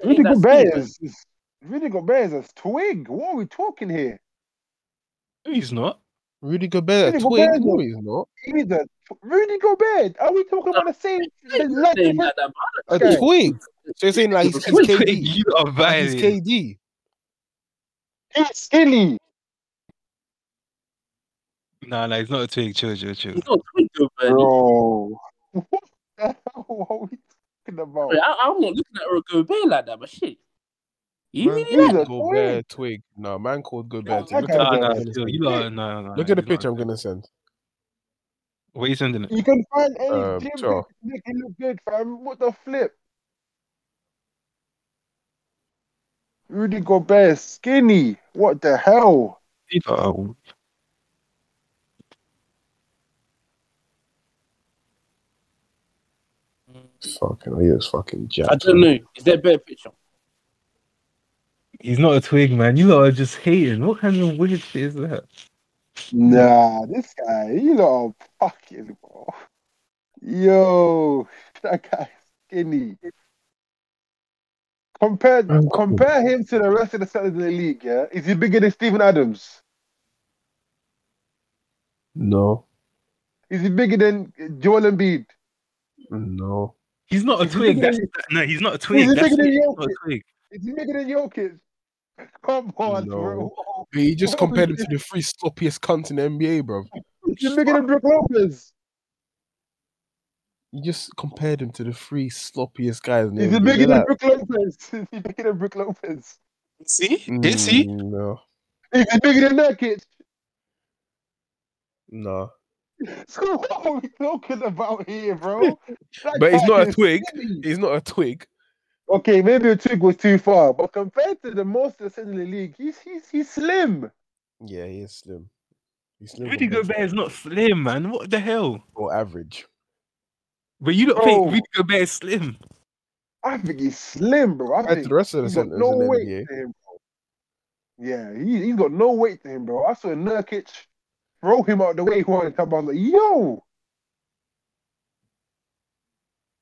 Speaker 1: Really good
Speaker 4: That's it.
Speaker 1: bet is, is really good bet is a twig. What are we talking here?
Speaker 2: No, he's not.
Speaker 3: Rudy Gobert, a
Speaker 1: Rudy
Speaker 3: twig?
Speaker 1: Gobert,
Speaker 3: No,
Speaker 1: though.
Speaker 3: he's not.
Speaker 1: He's a Rudy Gobert. Are we talking about the same? The last
Speaker 4: Saying
Speaker 1: different-
Speaker 4: that, that-
Speaker 3: A
Speaker 1: Okay.
Speaker 3: twig. So you're saying like he's, he's KD?
Speaker 2: You are
Speaker 3: He's
Speaker 2: violent.
Speaker 3: KD.
Speaker 1: He's skinny.
Speaker 2: No, no, he's not a twig. Chill, chill, chill.
Speaker 4: he's not doing good, man.
Speaker 1: Oh. Bro. What the hell are we talking about?
Speaker 4: Sorry, I, I'm not looking at Rudy Gobert like that, but shit. You
Speaker 3: Man,
Speaker 4: really
Speaker 1: he's
Speaker 4: like
Speaker 1: a
Speaker 3: Gobert, twig. No, man called Gobert.
Speaker 1: that
Speaker 3: Look
Speaker 1: guy
Speaker 3: at
Speaker 2: Nah,
Speaker 1: Okay, okay,
Speaker 2: nah,
Speaker 3: the
Speaker 1: okay.
Speaker 2: chill. You lot are- no, no, no,
Speaker 3: Look
Speaker 2: he's
Speaker 3: at the
Speaker 2: not.
Speaker 3: picture I'm gonna send.
Speaker 2: What are you sending it?
Speaker 1: You can find any
Speaker 3: Um,
Speaker 1: gym
Speaker 3: sure.
Speaker 1: pic to make it look good, fam. What the flip? Rudy Gobert, skinny. What the hell?
Speaker 2: You lot are-
Speaker 3: Fucking, he is fucking jacked.
Speaker 4: I don't know. Is there a better picture?
Speaker 2: He's not a twig, man. You lot are just hating. What kind of weird shit is that?
Speaker 1: Nah, this guy, you know, fucking bro. Yo, that guy's skinny. Compare
Speaker 3: Man, cool.
Speaker 1: compare him to the rest of the centers in the league, yeah? Is he bigger than Steven Adams?
Speaker 3: No,
Speaker 1: Is he bigger than Joel Embiid?
Speaker 3: no.
Speaker 2: He's not a
Speaker 1: He's
Speaker 2: twig.
Speaker 1: bigger
Speaker 2: That's,
Speaker 1: than-
Speaker 2: no, he's not a twig.
Speaker 1: bigger
Speaker 2: That's
Speaker 1: than
Speaker 2: it. He's
Speaker 1: Jokic.
Speaker 2: not a twig.
Speaker 1: Is he bigger than Jokic? Come on,
Speaker 3: No.
Speaker 1: bro.
Speaker 3: He just
Speaker 1: What
Speaker 3: compared him
Speaker 1: was
Speaker 3: to the three sloppiest cunts in the NBA, bro.
Speaker 1: Is he bigger than Brook Lopez?
Speaker 3: You just compared him to the three sloppiest guys in the
Speaker 1: Is he
Speaker 3: NBA.
Speaker 1: bigger than
Speaker 3: Like,
Speaker 1: Brook Lopez? Is he bigger than Brook Lopez?
Speaker 2: See? Is he?
Speaker 3: mm, No,
Speaker 1: Is he bigger than Nurkic?
Speaker 3: no.
Speaker 1: So what are we talking about here, bro? That
Speaker 3: But he's
Speaker 1: guy
Speaker 3: not a
Speaker 1: is
Speaker 3: twig.
Speaker 1: skinny.
Speaker 3: He's not a twig.
Speaker 1: Okay, maybe a twig was too far, but compared to the most of the in the league, he's he's he's slim.
Speaker 3: Yeah, he is slim. He's slim.
Speaker 2: Mm. Rudy
Speaker 3: compared to
Speaker 2: Gobert is not slim, man. What the hell?
Speaker 3: or average.
Speaker 2: But you don't
Speaker 1: Bro.
Speaker 2: think Rudy Gobert is slim.
Speaker 1: I think he's slim, bro. I
Speaker 3: Compared to
Speaker 1: think
Speaker 3: the rest of the
Speaker 1: he's got
Speaker 3: centers
Speaker 1: no
Speaker 3: in the
Speaker 1: weight
Speaker 3: NBA.
Speaker 1: to him, bro. Yeah, he he's got no weight to him, bro. I saw Nurkic throw him out the way one time. I was like, yo,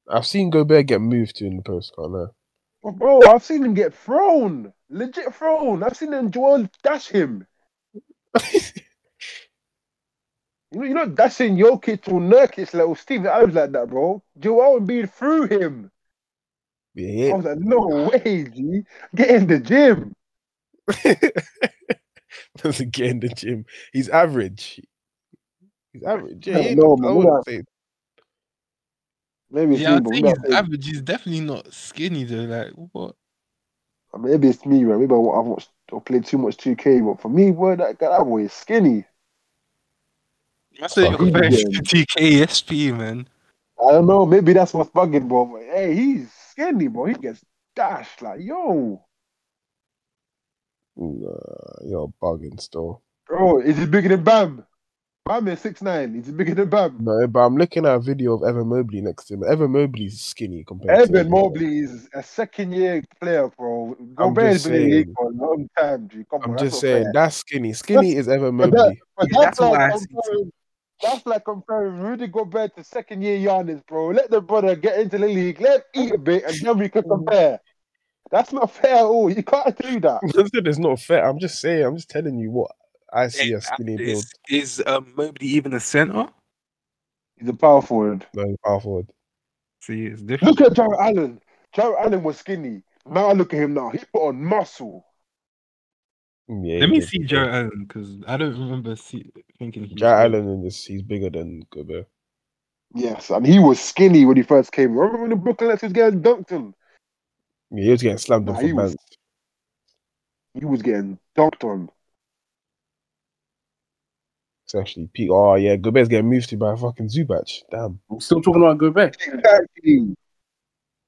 Speaker 3: I've seen Gobert get moved to in the post. I know.
Speaker 1: bro, I've seen him get thrown, legit thrown. I've seen him Joel dash him. You know, you're not dashing Jokic or Nurkic like or Steven Adams like that, bro. Joel Embiid threw him. I
Speaker 3: Yeah.
Speaker 1: was like, no way, G. Get in the gym.
Speaker 3: Doesn't get in the gym. He's average. He's average. Yeah,
Speaker 1: I
Speaker 3: he ain't-
Speaker 1: know, man.
Speaker 3: I
Speaker 1: We're
Speaker 3: wouldn't
Speaker 1: not-
Speaker 3: say
Speaker 1: Maybe it's
Speaker 2: Yeah, I
Speaker 1: me, but
Speaker 2: think
Speaker 1: maybe,
Speaker 2: he's average. He's definitely not skinny though. Like what?
Speaker 1: I mean, maybe it's me, right? Maybe I wa- I've watched or played too much 2K, but for me, boy, that guy, that boy is skinny.
Speaker 2: I said you're
Speaker 1: Fucking
Speaker 2: comparing
Speaker 1: idiot.
Speaker 2: him to KSP, man.
Speaker 1: I don't know. Maybe that's what's bugging, bro. But, hey, he's skinny, bro. He gets dashed. Like, yo,
Speaker 3: Nah, you're bugging still.
Speaker 1: bro, is he bigger than Bam? Bam is 6'9. Is he bigger than Bam?
Speaker 3: No, but I'm looking at a video of Evan Mobley next to him. Evan Mobley's skinny compared to
Speaker 1: Evan
Speaker 3: Gobert.
Speaker 1: Mobley is a second year player, bro. Gobert
Speaker 3: just
Speaker 1: has been in the league
Speaker 3: saying.
Speaker 1: for a long time, G. Come on,
Speaker 3: I'm
Speaker 1: that's
Speaker 3: just
Speaker 1: not fair.
Speaker 3: saying that's skinny. Skinny is Evan
Speaker 1: but that-
Speaker 3: Mobley.
Speaker 1: But
Speaker 2: Yeah,
Speaker 1: that's,
Speaker 2: that's what
Speaker 1: like
Speaker 2: I see too.
Speaker 1: comparing, that's like comparing Rudy Gobert to second year Giannis, bro. Let the brother get into the league, let him eat a bit, and then we can compare. That's not fair at all. You can't do that.
Speaker 3: I said it's not fair. I'm just saying. I'm just telling you what I see a skinny build.
Speaker 2: Is, is um, Mobley even a center?
Speaker 1: He's a power forward.
Speaker 3: No, power forward.
Speaker 2: See, it's different.
Speaker 1: Look at Jared Allen. Jared Allen was skinny. Now I look at him now. He put on muscle.
Speaker 3: Mm, Yeah.
Speaker 2: Let
Speaker 3: he
Speaker 2: me
Speaker 3: is
Speaker 2: see
Speaker 3: bigger.
Speaker 2: Jared Allen because I don't remember see, thinking. he was
Speaker 3: Jared
Speaker 2: big.
Speaker 3: Allen is he's bigger than Gobert.
Speaker 1: Yes, and he was skinny when he first came. Remember when the Brooklyn Nets was getting dunked on?
Speaker 3: Yeah, he was getting slammed on
Speaker 1: Nah,
Speaker 3: for
Speaker 1: he was-
Speaker 3: man.
Speaker 1: He was getting dunked on.
Speaker 3: It's actually peak. Oh yeah, Gobert's getting moved to by fucking Zubac. Damn.
Speaker 4: I'm still talking about Gobert.
Speaker 1: Exactly.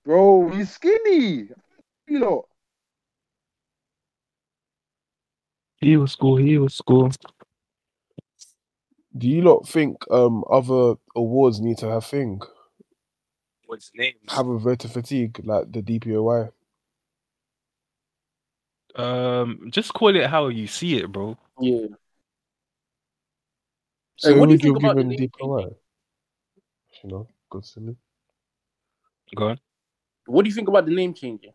Speaker 1: Bro, he's skinny. You know.
Speaker 2: He was cool. He was cool.
Speaker 3: Do you lot think um other awards need to have thing
Speaker 2: What's his name?
Speaker 3: have a voter fatigue like the DPOY?
Speaker 2: Um, just call it how you see it, bro.
Speaker 4: Yeah.
Speaker 3: So what
Speaker 4: what do you
Speaker 3: would
Speaker 4: think
Speaker 3: you
Speaker 4: about
Speaker 3: give him
Speaker 4: the-
Speaker 3: DPOI? You know, considering.
Speaker 2: Go on.
Speaker 4: What do you think about the name changing?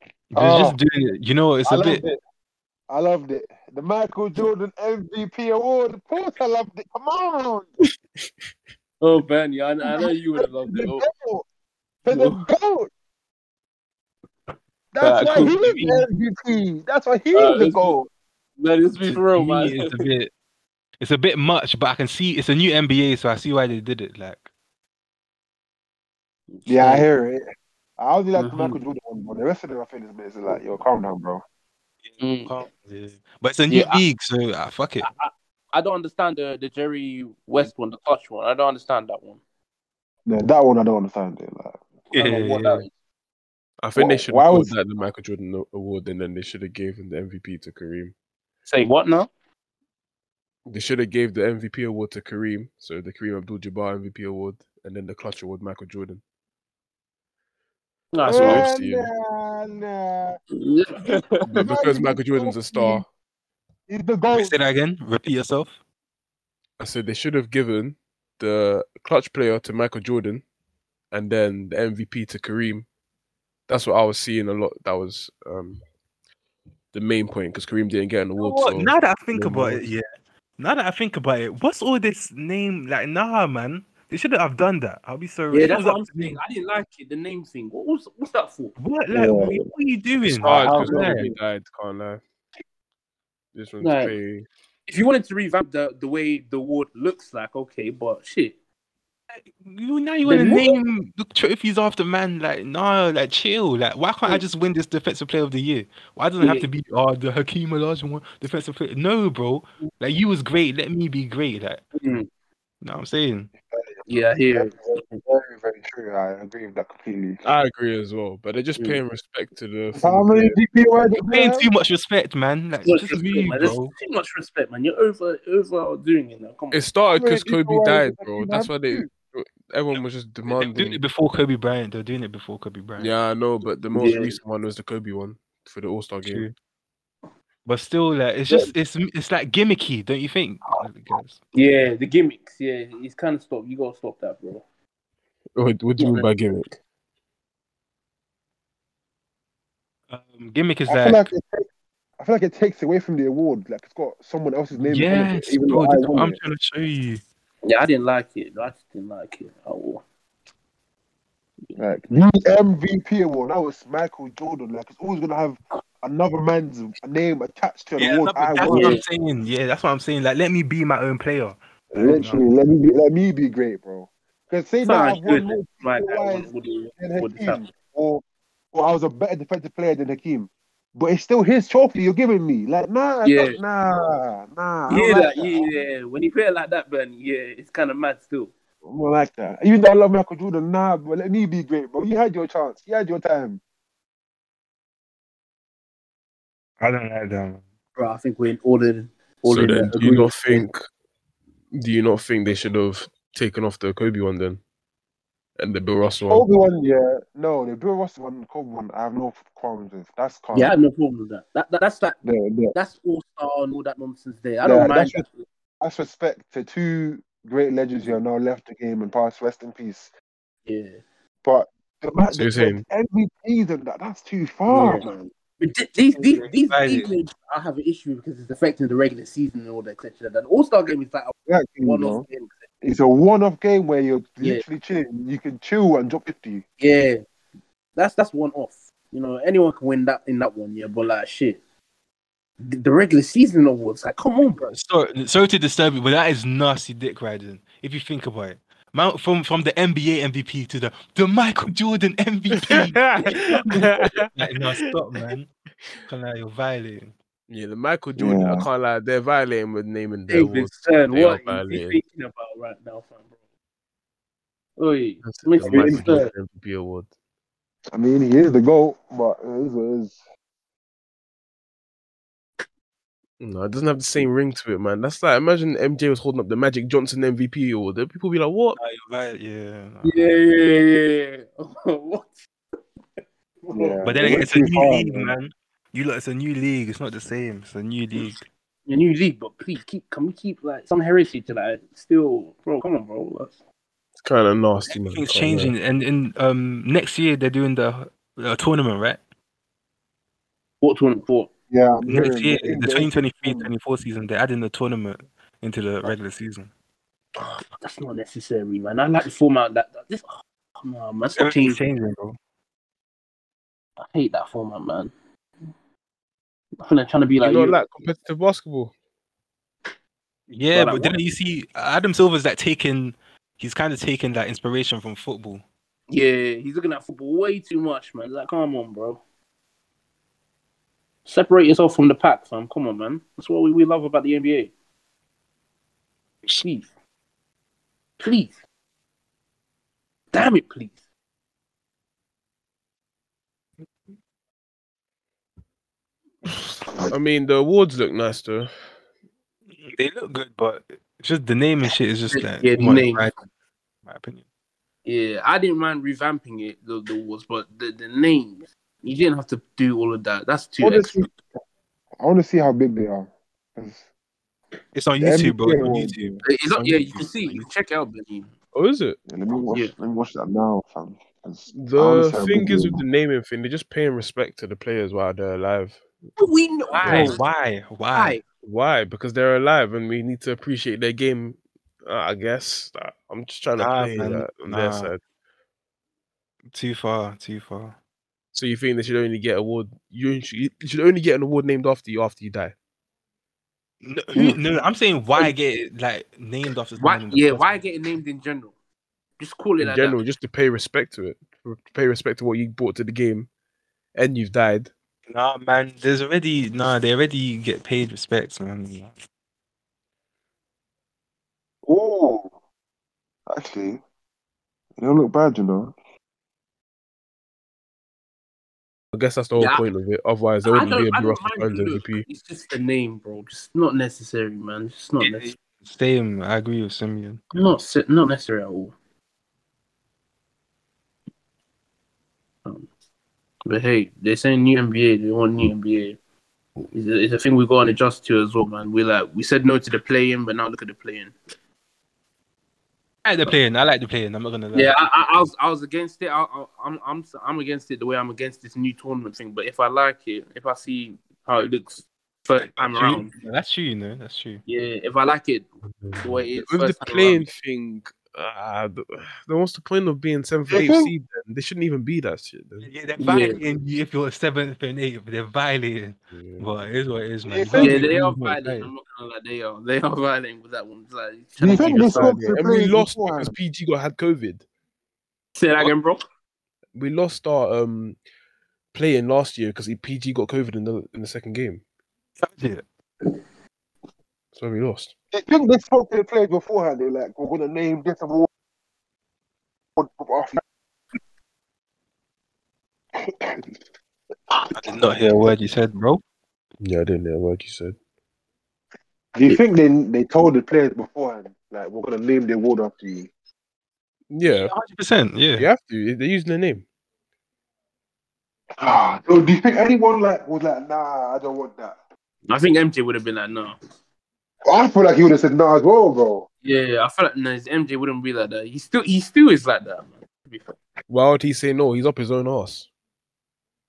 Speaker 2: They're
Speaker 1: Oh.
Speaker 2: just doing it. You know, it's
Speaker 1: I
Speaker 2: a
Speaker 1: loved
Speaker 2: bit.
Speaker 1: it. I loved it. The Michael Jordan MVP award. Of course, I loved it. Come on,
Speaker 4: Oh, man, yeah, I, I know you would have loved
Speaker 1: the
Speaker 4: it. Oh,
Speaker 1: goat. For the goat. That's
Speaker 4: Alright,
Speaker 1: why
Speaker 4: cool.
Speaker 1: he was MVP. That's why he was
Speaker 4: Alright,
Speaker 1: the
Speaker 4: let's-
Speaker 1: goat.
Speaker 4: that is
Speaker 2: to
Speaker 4: be real,
Speaker 2: me,
Speaker 4: man.
Speaker 2: It's a bit. It's a bit much, but I can see it's a new NBA, so I see why they did it. Like,
Speaker 1: Yeah, I hear it. I only like the
Speaker 4: Mhm.
Speaker 1: Michael Jordan one, but the rest of them I feel is basically like, yo, calm down, bro.
Speaker 4: Mm.
Speaker 2: can't- yeah. but it's a new
Speaker 4: Yeah, I-
Speaker 2: league, so ah, fuck it.
Speaker 4: I don't understand the, the Jerry West one, the touch one. I don't understand that one.
Speaker 1: Yeah, that one I don't understand it. Like,
Speaker 4: I don't know what that is.
Speaker 3: I think
Speaker 1: Why-
Speaker 3: they should
Speaker 1: why
Speaker 3: have called
Speaker 1: was-
Speaker 3: that the Michael Jordan Award, and then they should have gave him the MVP to Kareem.
Speaker 4: Say what now?
Speaker 3: They should have gave the MVP award to Kareem, so the Kareem Abdul-Jabbar MVP award, and then the clutch award Michael Jordan.
Speaker 4: No,
Speaker 3: That's what I've seen.
Speaker 1: nah, nah.
Speaker 4: it's not.
Speaker 3: But because Michael Jordan's a star,
Speaker 1: He's the
Speaker 2: Wait,
Speaker 1: goat.
Speaker 2: Say that again. Repeat yourself.
Speaker 3: I said they should have given the clutch player to Michael Jordan, and then the MVP to Kareem. That's what I was seeing a lot. That was um, the main point because Kareem didn't get an award.
Speaker 2: What?
Speaker 3: so-
Speaker 2: Now that I think
Speaker 3: no
Speaker 2: about
Speaker 3: more.
Speaker 2: it, yeah. Now that I think about it, what's all this name? Like, nah, man. They shouldn't have done that. I'll be so.
Speaker 4: Yeah,
Speaker 2: if it
Speaker 4: that's
Speaker 2: was
Speaker 4: what
Speaker 2: up
Speaker 4: I'm
Speaker 2: to me-
Speaker 4: saying. I didn't like it. The name thing. What was what's that for?
Speaker 2: What? Like,
Speaker 1: Yeah.
Speaker 2: what, what are you doing?
Speaker 3: It's hard
Speaker 1: How
Speaker 3: because
Speaker 1: dare
Speaker 3: nobody died. Can't lie. This one's
Speaker 4: Like-
Speaker 3: crazy.
Speaker 4: If you wanted to revamp the, the way the award looks like, okay, but shit.
Speaker 2: You now you want to
Speaker 4: Then what?
Speaker 2: name the trophies after man? Like, nah, like chill. Like, why can't I just win this defensive player of the year? Why does it have
Speaker 4: Yeah.
Speaker 2: to be oh the Hakeem Olajuwon defensive player? No, bro. Like you was great. Let me be great. Like, know
Speaker 4: Mm.
Speaker 2: what I'm saying?
Speaker 4: Yeah, I hear it.
Speaker 1: Very, very true. I agree with that completely.
Speaker 3: I agree as well, but they're just
Speaker 4: Mm.
Speaker 3: paying respect to the.
Speaker 1: How
Speaker 3: former
Speaker 1: many
Speaker 3: players.
Speaker 1: DPOI
Speaker 2: You're paying too much respect, man. Like,
Speaker 4: Too much
Speaker 2: just
Speaker 4: respect,
Speaker 2: be,
Speaker 4: man. There's
Speaker 2: bro.
Speaker 4: too much respect, man. You're over overdoing it now. Come on.
Speaker 3: It started because
Speaker 1: Wait, you know
Speaker 3: Kobe
Speaker 1: why
Speaker 3: died,
Speaker 1: they
Speaker 3: bro.
Speaker 1: have
Speaker 3: That's why they.
Speaker 1: to?
Speaker 3: Everyone was just
Speaker 2: They were doing
Speaker 3: demanding.
Speaker 2: it before Kobe Bryant. They're doing it before Kobe Bryant.
Speaker 3: Yeah, I know, but the most
Speaker 4: Yeah.
Speaker 3: recent one was the Kobe one for the All Star game.
Speaker 2: True. But still, like, it's
Speaker 4: Yeah.
Speaker 2: just it's it's like gimmicky, don't you think? Guys?
Speaker 4: yeah, the gimmicks. Yeah, it's kind of stopped. You gotta stop that, bro.
Speaker 3: What, what do you mean by gimmick?
Speaker 2: Um, gimmick is
Speaker 1: I feel
Speaker 2: like,
Speaker 1: like it takes, I feel like it takes away from the award. Like it's got someone else's name. in front of
Speaker 2: yes,
Speaker 1: it, even
Speaker 2: bro.
Speaker 1: though I
Speaker 2: that's what
Speaker 1: won
Speaker 2: I'm
Speaker 1: it.
Speaker 2: trying to show you.
Speaker 4: Yeah, I didn't like it. I just didn't like it at all.
Speaker 1: Like the MVP award. That was Michael Jordan. Like it's always gonna have another man's name attached to an
Speaker 2: Yeah,
Speaker 1: award.
Speaker 2: no,
Speaker 1: I
Speaker 2: but
Speaker 1: won.
Speaker 2: that's what I'm
Speaker 4: Yeah.
Speaker 2: saying. Yeah, that's what I'm saying. Like, let me be my own player.
Speaker 1: Literally, let me be, let me be great, bro. Because say that
Speaker 4: Sounds
Speaker 1: I've won
Speaker 4: good.
Speaker 1: more
Speaker 4: Right, that
Speaker 1: DPOIs
Speaker 4: one wouldn't-
Speaker 1: than
Speaker 4: wouldn't
Speaker 1: Hakeem,
Speaker 4: happen.
Speaker 1: or or I was a better defensive player than Hakeem. But it's still his trophy you're giving me. Like nah,
Speaker 4: Yeah.
Speaker 1: nah, nah. I don't
Speaker 4: Yeah,
Speaker 1: like
Speaker 4: that, yeah. When you play it like that, Ben, yeah, it's kind of mad still.
Speaker 1: I don't like that. Even though I love Michael Jordan, nah, but let me be great, bro. You had your chance. You had your time.
Speaker 2: I don't like them.
Speaker 4: Bro, I think we're in all in all
Speaker 3: so
Speaker 4: in
Speaker 3: then,
Speaker 4: the
Speaker 3: do you
Speaker 4: agreement.
Speaker 3: not think? Do you not think they should have taken off the Kobe one then, and the Bill Russell one?
Speaker 1: Kobe one, yeah. No, the Bill Russell one, Kobe one, I have no qualms with. That's calm.
Speaker 4: Yeah, I have no problem with that. that, that that's like
Speaker 1: Yeah, yeah.
Speaker 4: that's all star and all that nonsense there. I
Speaker 1: Yeah,
Speaker 4: don't mind.
Speaker 1: that's
Speaker 4: That.
Speaker 1: That's respect to two great legends who have now left the game and passed. Rest in peace.
Speaker 4: Yeah.
Speaker 1: But the match,
Speaker 3: So you're saying-
Speaker 1: MVPs and that, that's too far.
Speaker 4: Yeah. But th- these these these,
Speaker 2: I
Speaker 4: these
Speaker 2: do.
Speaker 4: games, I have an issue because it's affecting the regular season and all that, etc. That all star game is like a
Speaker 1: Exactly,
Speaker 4: one
Speaker 1: you know.
Speaker 4: off game.
Speaker 1: It's a one off game where you're
Speaker 4: Yeah.
Speaker 1: literally chilling. You can chill and drop 50.
Speaker 4: Yeah, that's that's one off. You know, anyone can win that in that one. Yeah, but like shit, the, the regular season awards, like come on, bro.
Speaker 2: Sorry, sorry to disturb you, but that is nasty dick riding. If you think about it, Mount from from the NBA MVP to the the Michael Jordan MVP. like, no, stop, man. Can't lie, you're violating.
Speaker 3: yeah, the Michael Jordan. I
Speaker 1: Yeah.
Speaker 3: can't lie, they're violating with naming their
Speaker 4: David
Speaker 3: awards.
Speaker 4: Stern,
Speaker 3: They are
Speaker 4: what are you
Speaker 3: violating.
Speaker 4: thinking about right now, fam, bro? Oi,
Speaker 3: That's the
Speaker 4: Mr.
Speaker 3: Michael
Speaker 1: David
Speaker 4: Stern.
Speaker 3: Jordan MVP award.
Speaker 1: I mean, he is the GOAT, but it is what it is.
Speaker 3: No, it doesn't have the same ring to it, man. That's like imagine MJ was holding up the Magic Johnson MVP award. Then people be like, "What?
Speaker 2: Nah, you're viol- yeah. nah.
Speaker 4: Yeah, yeah, yeah, yeah. what?
Speaker 1: Yeah.
Speaker 2: But then
Speaker 1: it
Speaker 2: again,
Speaker 1: went
Speaker 2: it's a
Speaker 1: too
Speaker 2: new
Speaker 1: far,
Speaker 2: league,
Speaker 1: man.
Speaker 2: man. You look, it's a new league. It's not the same. It's a new league.
Speaker 4: The new league, but please keep. Can we keep like some heresy to like still, bro? Come on, bro. That's-
Speaker 3: It's kind of nasty, man.
Speaker 2: Everything's
Speaker 3: Can't lie.
Speaker 2: changing, and in um next year they're doing the uh, tournament, right?
Speaker 4: What tournament for?
Speaker 1: Yeah, I'm
Speaker 2: Next
Speaker 1: hearing
Speaker 2: year,
Speaker 1: that.
Speaker 2: the 2023-24 season, they're adding the tournament into the regular season.
Speaker 4: That's not necessary, man. I like the format that, that this. Oh, come on, man. Stop
Speaker 2: Everything's
Speaker 4: changing.
Speaker 2: changing, bro.
Speaker 4: I hate that format, man. I think they're trying to be like.
Speaker 3: you
Speaker 4: you-
Speaker 3: know, like competitive basketball.
Speaker 2: Yeah,
Speaker 4: Well,
Speaker 2: but
Speaker 4: like,
Speaker 2: didn't you see Adam Silver's like taking? He's kind of taking that inspiration from football.
Speaker 4: Yeah, he's looking at football way too much, man. Like, come on, bro. Separate yourself from the pack, fam. Come on, man. That's what we, we love about the NBA. Please. Please. Damn it, please.
Speaker 3: I mean, the awards look nice though.
Speaker 2: They look good, but it's just the name and shit is just like
Speaker 4: Yeah, the
Speaker 2: come on,
Speaker 4: name.
Speaker 2: right, in my opinion.
Speaker 4: Yeah, I didn't mind revamping it, the, the awards, but the, the names, you didn't have to do all of that. That's too
Speaker 1: Honestly,
Speaker 4: extra.
Speaker 1: I want to see how big they are. 'Cause
Speaker 2: It's on
Speaker 1: the
Speaker 2: YouTube, bro. It's
Speaker 1: NBA
Speaker 2: on
Speaker 1: one-
Speaker 2: YouTube.
Speaker 4: It's not, yeah, you can see. You can check it out, Benny.
Speaker 3: Oh, is it?
Speaker 1: Yeah, let me watch.
Speaker 4: Yeah.
Speaker 1: Let me watch that now, fam. 'Cause I wanna
Speaker 3: The
Speaker 1: see how
Speaker 3: thing
Speaker 1: big
Speaker 3: is
Speaker 1: they
Speaker 3: with
Speaker 1: are.
Speaker 3: the naming thing, they're just paying respect to the players while they're alive.
Speaker 4: We know.
Speaker 2: Why?
Speaker 4: Why?
Speaker 2: Why? Why?
Speaker 3: Why? Because they're alive, and we need to appreciate their game. Uh, I guess Uh, I'm just trying to
Speaker 2: Nah,
Speaker 3: play
Speaker 2: man,
Speaker 3: that on their
Speaker 2: nah.
Speaker 3: side.
Speaker 2: Too far. Too far.
Speaker 3: So you think they should only get award? You should, you should only get an award named after you after you die.
Speaker 2: No, who- no, I'm saying why get it, like named after someone
Speaker 4: why
Speaker 2: in the
Speaker 4: yeah,
Speaker 2: first
Speaker 4: why
Speaker 2: place?
Speaker 4: get it named in general? Just call it
Speaker 3: In
Speaker 4: like
Speaker 3: general,
Speaker 4: that.
Speaker 3: just to pay respect to it, to pay respect to what you brought to the game, and you've died.
Speaker 2: Nah, man. There's already nah. They already get paid respects, man.
Speaker 1: Oh, actually, they don't look bad, you know.
Speaker 3: I guess that's the whole
Speaker 4: Yeah, I-
Speaker 3: point of it. Otherwise, there
Speaker 4: I
Speaker 3: wouldn't
Speaker 4: don't,
Speaker 3: be a
Speaker 4: I
Speaker 3: Bureau
Speaker 4: don't mind the look.
Speaker 3: MVP.
Speaker 4: It's just the name, bro. Just not necessary, man. It's just not
Speaker 2: Yeah.
Speaker 4: necessary.
Speaker 2: Same. I agree with Simeon.
Speaker 4: Not se- not necessary at all. Um, but hey, they're saying new NBA. They want new NBA. It's a, it's a thing we got to adjust to as well, man. We like we said no to the play-in, but now look at the play-in.
Speaker 2: I like the playing. I like the playing. I'm not gonna lie.
Speaker 4: Yeah, I, I, I was I was against it. I, I, I'm I'm I'm against it the way I'm against this new tournament thing. But if I like it, if I see how it looks first time
Speaker 2: That's true.
Speaker 4: around,
Speaker 2: That's true. You know. That's true.
Speaker 4: yeah, if I like it the way it is
Speaker 3: With the
Speaker 4: first time
Speaker 3: playing
Speaker 4: around,
Speaker 3: thing, uh, th- then what's the point of being seventh, eighth
Speaker 1: Mhm.
Speaker 3: seed? Then they shouldn't even be that shit. Then.
Speaker 2: Yeah, they're
Speaker 4: Yeah.
Speaker 2: violating you if you're seventh and eighth. They're violating. But it is what it is, man.
Speaker 1: Yeah,
Speaker 2: Don't
Speaker 4: yeah,
Speaker 2: be
Speaker 4: they are
Speaker 2: rude, man.
Speaker 4: violent. I'm not gonna lie, they are they are violent with that one. It's like
Speaker 1: Do
Speaker 4: trying
Speaker 1: you
Speaker 4: to
Speaker 1: think
Speaker 4: keep
Speaker 1: they
Speaker 4: us out.
Speaker 1: spoke to
Speaker 3: And we
Speaker 1: players
Speaker 3: lost
Speaker 1: beforehand?
Speaker 3: because PG got had COVID.
Speaker 4: say that again, bro.
Speaker 3: We lost our um playing last year because PG got COVID in the in the second game,
Speaker 2: Hey, yeah.
Speaker 3: so we lost.
Speaker 1: Do you think they spoke to the players beforehand? They're like, we're gonna name this award. after you."
Speaker 2: I did not hear a word you said, bro.
Speaker 3: Yeah, I didn't hear a word you said.
Speaker 1: Do you think they they told the players beforehand, like we're gonna name the award after you?
Speaker 3: Yeah,
Speaker 2: 100%. Yeah.
Speaker 3: you have to. They're using their name.
Speaker 1: Ah, so do you think anyone like was like, nah, I don't want that?
Speaker 4: I think MJ would have been like, no.
Speaker 1: I feel like he would have said nah as well, bro.
Speaker 4: Yeah, I feel like no, his MJ wouldn't be like that. He still he still is like that, man. To be fair.
Speaker 3: Why would he say no? He's up his own ass.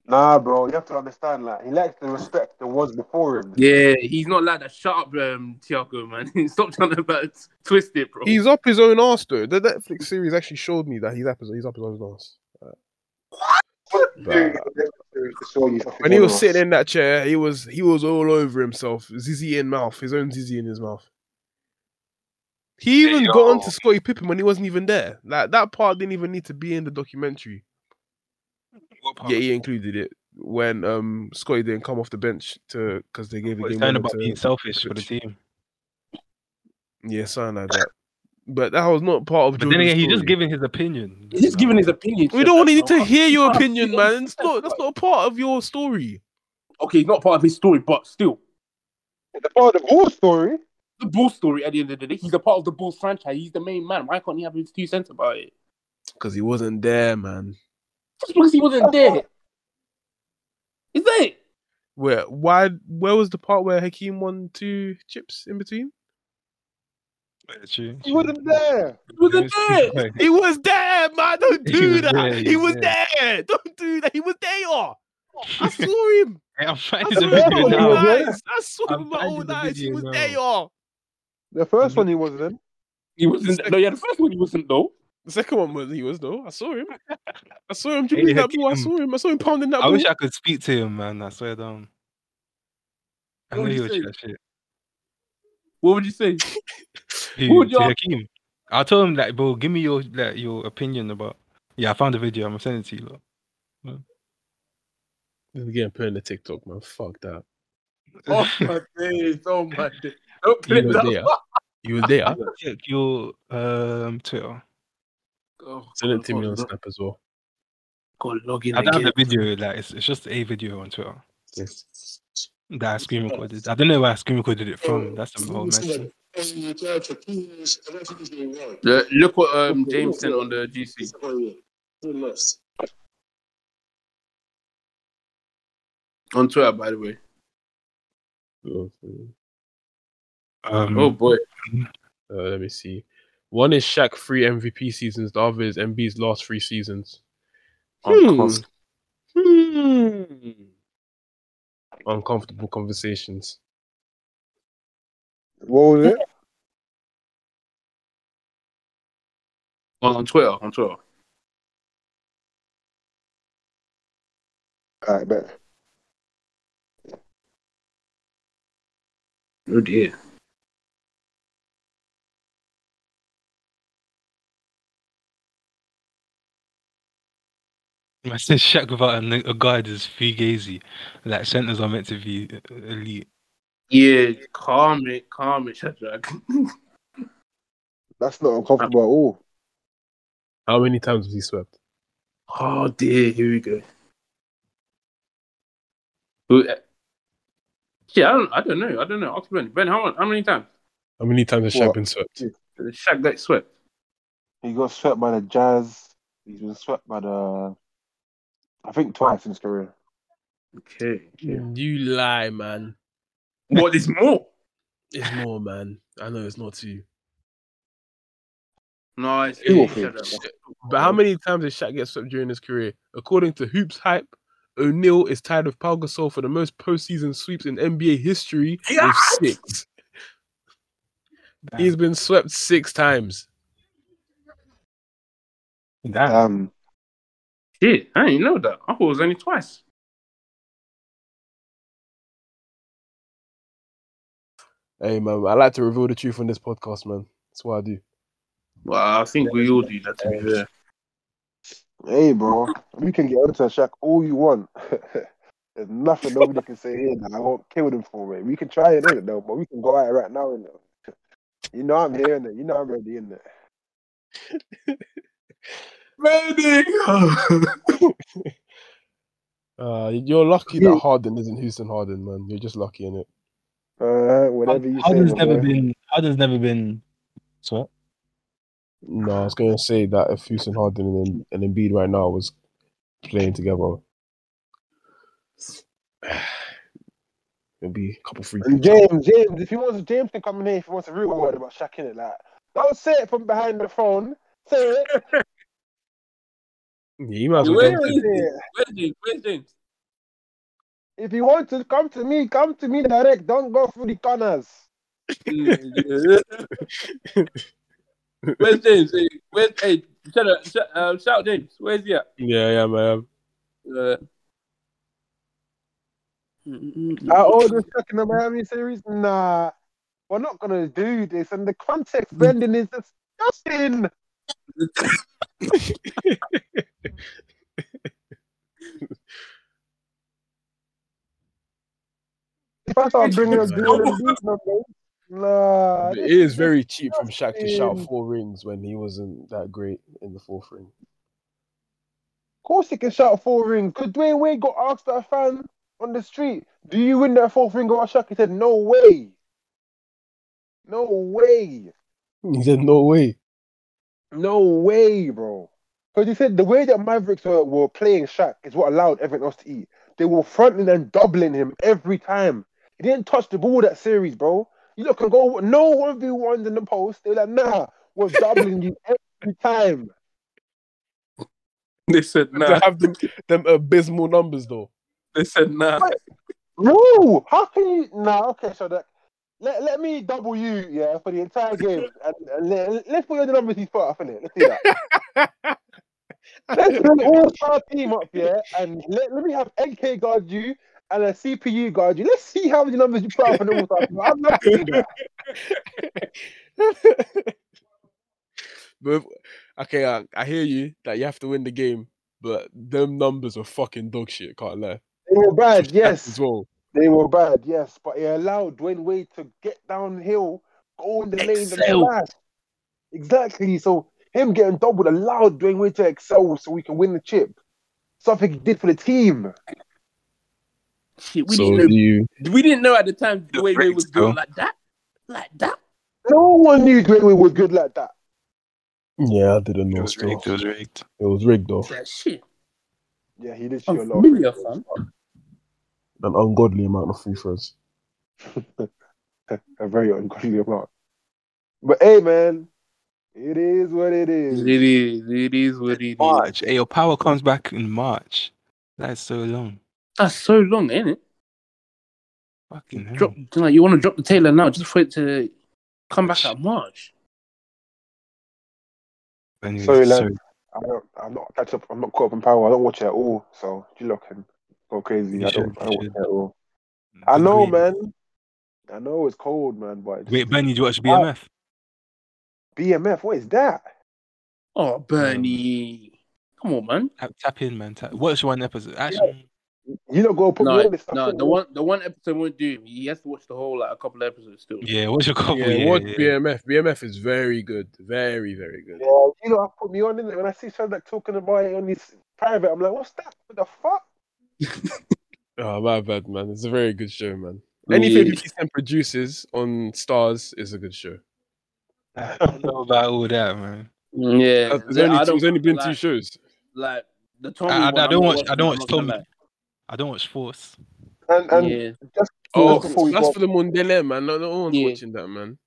Speaker 1: Nah, bro, you have to understand that like, he lacks the respect that was before him.
Speaker 4: Yeah, he's not like that. Shut up, um, Tiago, man. Stop trying to like, twist it, bro.
Speaker 3: He's up his own ass though. The Netflix series actually showed me that he's up his, he's up his own ass. Bruh. When he was sitting in that chair, he was he was all over himself, Zizi in mouth, his own Zizi in his mouth. He even got on to Scottie Pippen when he wasn't even there. Like that part didn't even need to be in the documentary.
Speaker 2: What part?
Speaker 3: Yeah, he included it when um Scotty didn't come off the bench to because they gave a
Speaker 2: What
Speaker 3: game
Speaker 2: he's saying
Speaker 3: winner
Speaker 2: about being
Speaker 3: to,
Speaker 2: selfish for the team.
Speaker 3: yeah something like that. But that was not part of.
Speaker 2: But then again, he's just
Speaker 3: giving.
Speaker 2: giving his opinion.
Speaker 4: He's just giving his opinion.
Speaker 3: We don't want
Speaker 4: Shut
Speaker 3: need
Speaker 4: up,
Speaker 3: to
Speaker 4: bro.
Speaker 3: hear your
Speaker 4: Shut up.
Speaker 3: opinion, man. It's not that's not a part of your story.
Speaker 4: Okay, he's not part of his story, but still,
Speaker 1: the part of the whole story.
Speaker 4: the Bulls story at the end of the day, he's a part of the Bulls franchise. He's the main man. Why can't he have his two cents about it?
Speaker 3: Because he wasn't there, man.
Speaker 4: Just because he wasn't there. Is that it?
Speaker 3: where why where was the part where Hakeem won two chips in between?
Speaker 2: True,
Speaker 1: He
Speaker 2: true.
Speaker 1: wasn't there.
Speaker 4: Was
Speaker 2: It was-
Speaker 3: He was there, man. Don't
Speaker 2: He
Speaker 3: do
Speaker 2: was
Speaker 3: that.
Speaker 2: there, he
Speaker 3: he
Speaker 2: was
Speaker 3: was there. Don't do that. He was there. I saw him.
Speaker 2: Hey, I'm finding
Speaker 3: I
Speaker 2: the
Speaker 3: saw him
Speaker 2: video
Speaker 3: with my
Speaker 1: now.
Speaker 3: own
Speaker 2: now.
Speaker 1: Yeah.
Speaker 3: eyes. I saw
Speaker 2: I'm
Speaker 3: him with my
Speaker 2: finding
Speaker 3: own
Speaker 2: the
Speaker 3: eyes. He
Speaker 2: video
Speaker 3: was
Speaker 2: now.
Speaker 3: there. The
Speaker 1: The
Speaker 3: Mm-hmm.
Speaker 1: first one he was then.
Speaker 4: He wasn't. No, yeah, the first one he wasn't though.
Speaker 3: second one was he was though. I saw him. I saw him
Speaker 2: Hey,
Speaker 3: dribbling that ball. I
Speaker 2: Hakeem.
Speaker 3: saw him. I saw him pounding that
Speaker 2: I
Speaker 3: ball.
Speaker 2: wish I could speak to him, man. I swear down. I know
Speaker 4: What would
Speaker 2: you
Speaker 4: you
Speaker 2: would
Speaker 4: say?
Speaker 2: trash it.
Speaker 4: What would you say?
Speaker 2: Who,
Speaker 4: Who would
Speaker 2: to
Speaker 4: you-
Speaker 2: Hakeem. I'll tell him like, bro, give me your like, your opinion about. Yeah, I found the video. I'm gonna send it to you. Look.
Speaker 3: Again, put in the TikTok, man. Fuck that.
Speaker 4: oh my days! Oh my days! Don't
Speaker 3: You
Speaker 4: play
Speaker 3: were
Speaker 4: that.
Speaker 3: there. You were there.
Speaker 2: Check your um Twitter.
Speaker 4: Oh,
Speaker 3: Send it to me on
Speaker 4: God,
Speaker 3: Snap as well.
Speaker 4: God, log in
Speaker 2: I don't have
Speaker 4: again.
Speaker 2: the video. Like, it's, it's just a video on Twitter
Speaker 3: Yes.
Speaker 2: that I screen recorded. I don't know where I screen recorded it from. That's the whole mess.
Speaker 4: The- Look what um, James sent on the GC. On Twitter, by the way.
Speaker 3: Oh.
Speaker 2: Um,
Speaker 4: Oh boy.
Speaker 3: Mm-hmm. Uh, let me see. One is Shaq three MVP seasons. The other is MB's last three seasons. Hmm.
Speaker 4: Uncomfortable.
Speaker 3: Uncomfortable conversations.
Speaker 1: What was it?
Speaker 4: Well, on Twitter, on Twitter.
Speaker 1: I bet.
Speaker 4: Oh dear.
Speaker 2: I said Shaq without a, n- a guard is fugazi. Like centers are meant to be uh, elite.
Speaker 4: Yeah, calm it, calm it, Shadrach.
Speaker 1: That's not uncomfortable at all.
Speaker 3: How many times was he swept?
Speaker 4: oh dear, here we go. Who- Yeah, I don't, I don't know. I don't know. Ask Ben. Ben, how, how many times?
Speaker 3: How many times has Shaq
Speaker 1: What?
Speaker 3: been swept?
Speaker 4: Shaq got swept.
Speaker 1: He got swept by the Jazz. He's been swept by the. I think twice in his career.
Speaker 4: Okay.
Speaker 3: You lie, man.
Speaker 4: What is more?
Speaker 3: It's more, man. I know it's not two.
Speaker 4: No, it's
Speaker 1: Two or
Speaker 4: eight,
Speaker 1: three.
Speaker 4: Shadrach.
Speaker 3: But how many times did Shaq get swept during his career? According to Hoops Hype, O'Neal is tied with Pau Gasol for the most postseason sweeps in NBA history
Speaker 4: Yeah.
Speaker 3: with six. He's been swept six times.
Speaker 2: Damn.
Speaker 1: Um,
Speaker 4: Shit, I didn't know that. I thought it was only twice.
Speaker 3: Hey man, I like to reveal the truth on this podcast, man. That's what I do.
Speaker 4: Well, I think we all do that to be fair.
Speaker 1: hey, bro, you can get onto Shaq all you want. There's nothing nobody can say here now. I won't kill them for it. We can try it in it though, but we can go at it right now in it. You know I'm here in it. You know I'm ready in it.
Speaker 3: Uh, you're lucky
Speaker 1: Yeah.
Speaker 3: that Harden isn't Houston Harden, man. You're just lucky in it.
Speaker 1: Uh, whatever you say.
Speaker 2: Harden's
Speaker 1: my
Speaker 2: never
Speaker 1: boy.
Speaker 2: been. Harden's never been. Sweat.
Speaker 3: No, I was gonna say that if Houston Harden and, and Embiid right now was playing together, it'd be a couple free.
Speaker 1: And James, James, if he wants, James can come in here if he wants a real word about Shaq in it. Like, don't say it from behind the phone. Say it.
Speaker 3: Yeah, you might as well.
Speaker 4: Wait,
Speaker 3: go-
Speaker 4: wait.
Speaker 1: Say it.
Speaker 4: Where's James? Where's James?
Speaker 1: If you want to come to me, come to me direct. Don't go through the corners.
Speaker 4: Where's James? Hey, eh, Where's hey? Shout out, shout, um, shout out James. Where's he at?
Speaker 3: Yeah, yeah, man.
Speaker 4: Uh,
Speaker 1: I always stuck in the Miami series. Nah, we're not gonna do this. And the
Speaker 3: Mm.
Speaker 1: context bending is disgusting. If I start bringing up Joel Embiid numbers, nah.
Speaker 3: But
Speaker 1: this
Speaker 3: It is very cheap from Shaq to shout
Speaker 1: disgusting.
Speaker 3: four rings when he wasn't that great in the fourth ring.
Speaker 1: Of course, he can shout four rings. Because Dwayne Wade got asked that fan on the street, Do you win that fourth ring over Shaq? He said, No way. No way.
Speaker 3: He said, "No way."
Speaker 1: No way, bro. Because he said the way that Mavericks were, were playing Shaq is what allowed everyone else to eat. They were fronting and doubling him every time. He didn't touch the ball that series, bro. You look and go, no one v ones in the post. They were like, nah, we're doubling you every time.
Speaker 4: They said
Speaker 3: To
Speaker 4: nah.
Speaker 3: have them, them abysmal numbers though.
Speaker 4: They said nah.
Speaker 1: No, how can you? Nah, okay, so that let, let me double you, yeah, for the entire game, and, and let, let's put your numbers he's put up in it. Let's do that. Let's put an all-star team up, yeah, and let, let me have NK guard you and a CPU guard you. Let's see how many numbers you put up in the all-star team. I'm not doing that.
Speaker 3: But okay, I, I hear you that you have to win the game, but them numbers are fucking dog shit. Can't lie.
Speaker 1: They were bad,
Speaker 3: as
Speaker 1: yes,
Speaker 3: well.
Speaker 1: they were bad, yes, but it allowed Dwayne Wade to get downhill, go in the lane, and
Speaker 4: Excel.
Speaker 1: smash. Exactly. So him getting doubled allowed Dwayne Wade to excel so we can win the chip. Something he did for the team.
Speaker 4: Shit, we
Speaker 3: so
Speaker 4: didn't know.
Speaker 3: you
Speaker 4: We didn't know at the time the
Speaker 2: The
Speaker 4: way they was
Speaker 2: Bricks, bro.
Speaker 4: doing like that, like that.
Speaker 1: No one knew Dwayne Wade was good like that.
Speaker 3: Yeah, I didn't
Speaker 2: It
Speaker 3: know.
Speaker 2: was
Speaker 3: still.
Speaker 2: rigged. It was rigged.
Speaker 3: It was rigged though.
Speaker 4: It's like shit.
Speaker 1: Yeah, he did shoot a
Speaker 4: I'm
Speaker 1: lot. of free
Speaker 4: familiar,
Speaker 1: throws.
Speaker 4: fam.
Speaker 3: An ungodly amount of free throws.
Speaker 1: A very ungodly amount. But hey, man, it is what it is.
Speaker 4: It is. It is what it is.
Speaker 2: March. Hey, your power comes back in March. That's so long.
Speaker 4: That's so long, ain't it?
Speaker 2: Fucking hell.
Speaker 4: Drop like you want to drop the Taylor now, just for it to come back at March.
Speaker 2: Anyways,
Speaker 1: Sorry, lad.
Speaker 2: sorry.
Speaker 1: I don't, I'm not catch up. I'm not caught up in power. I don't watch it at all. So you look and go crazy.
Speaker 2: You
Speaker 1: I don't.
Speaker 2: should,
Speaker 1: I
Speaker 2: you
Speaker 1: don't watch
Speaker 2: should.
Speaker 1: it at all. I know,
Speaker 2: Wait,
Speaker 1: man. I know it's cold, man. But it's
Speaker 2: Wait, Benny, did you watch BMF?
Speaker 1: BMF, what is that?
Speaker 4: Oh, Bernie, come on, man.
Speaker 2: Tap, tap in, man. Tap. Watch one episode. Actually,
Speaker 1: You don't go put
Speaker 4: No,
Speaker 1: me on this stuff.
Speaker 4: no,
Speaker 1: innit?
Speaker 4: the one, the one episode won't do him. He has to watch the whole like a couple of episodes still.
Speaker 2: yeah, watch a couple.
Speaker 3: yeah,
Speaker 2: Yeah,
Speaker 3: watch
Speaker 2: yeah.
Speaker 3: BMF. BMF is very good. Very, very good.
Speaker 1: Yeah, you know, I put me on in it when I see someone like talking about it on this private. I'm like, what's that? What the fuck?
Speaker 3: Oh, my bad, man. It's a very good show, man.
Speaker 4: Yeah.
Speaker 3: Anything yeah. produces on Stars is a good show.
Speaker 2: I don't know about all that, man.
Speaker 4: Yeah,
Speaker 3: Uh, There's only,
Speaker 4: I
Speaker 3: two,
Speaker 4: don't
Speaker 3: there's only been
Speaker 4: like,
Speaker 3: two shows.
Speaker 4: Like the Tommy.
Speaker 2: I- I- I
Speaker 4: one,
Speaker 2: don't
Speaker 4: I'm not
Speaker 2: watch-
Speaker 4: watching,
Speaker 2: I don't
Speaker 4: I'm
Speaker 2: watch
Speaker 4: not gonna
Speaker 2: Tommy.
Speaker 4: lie.
Speaker 2: I don't watch Force.
Speaker 1: And and
Speaker 4: yeah,
Speaker 3: Oh,
Speaker 1: just before we
Speaker 3: that's
Speaker 1: go,
Speaker 3: for the Mondele, man. No, no one's
Speaker 4: Yeah.
Speaker 3: watching that, man.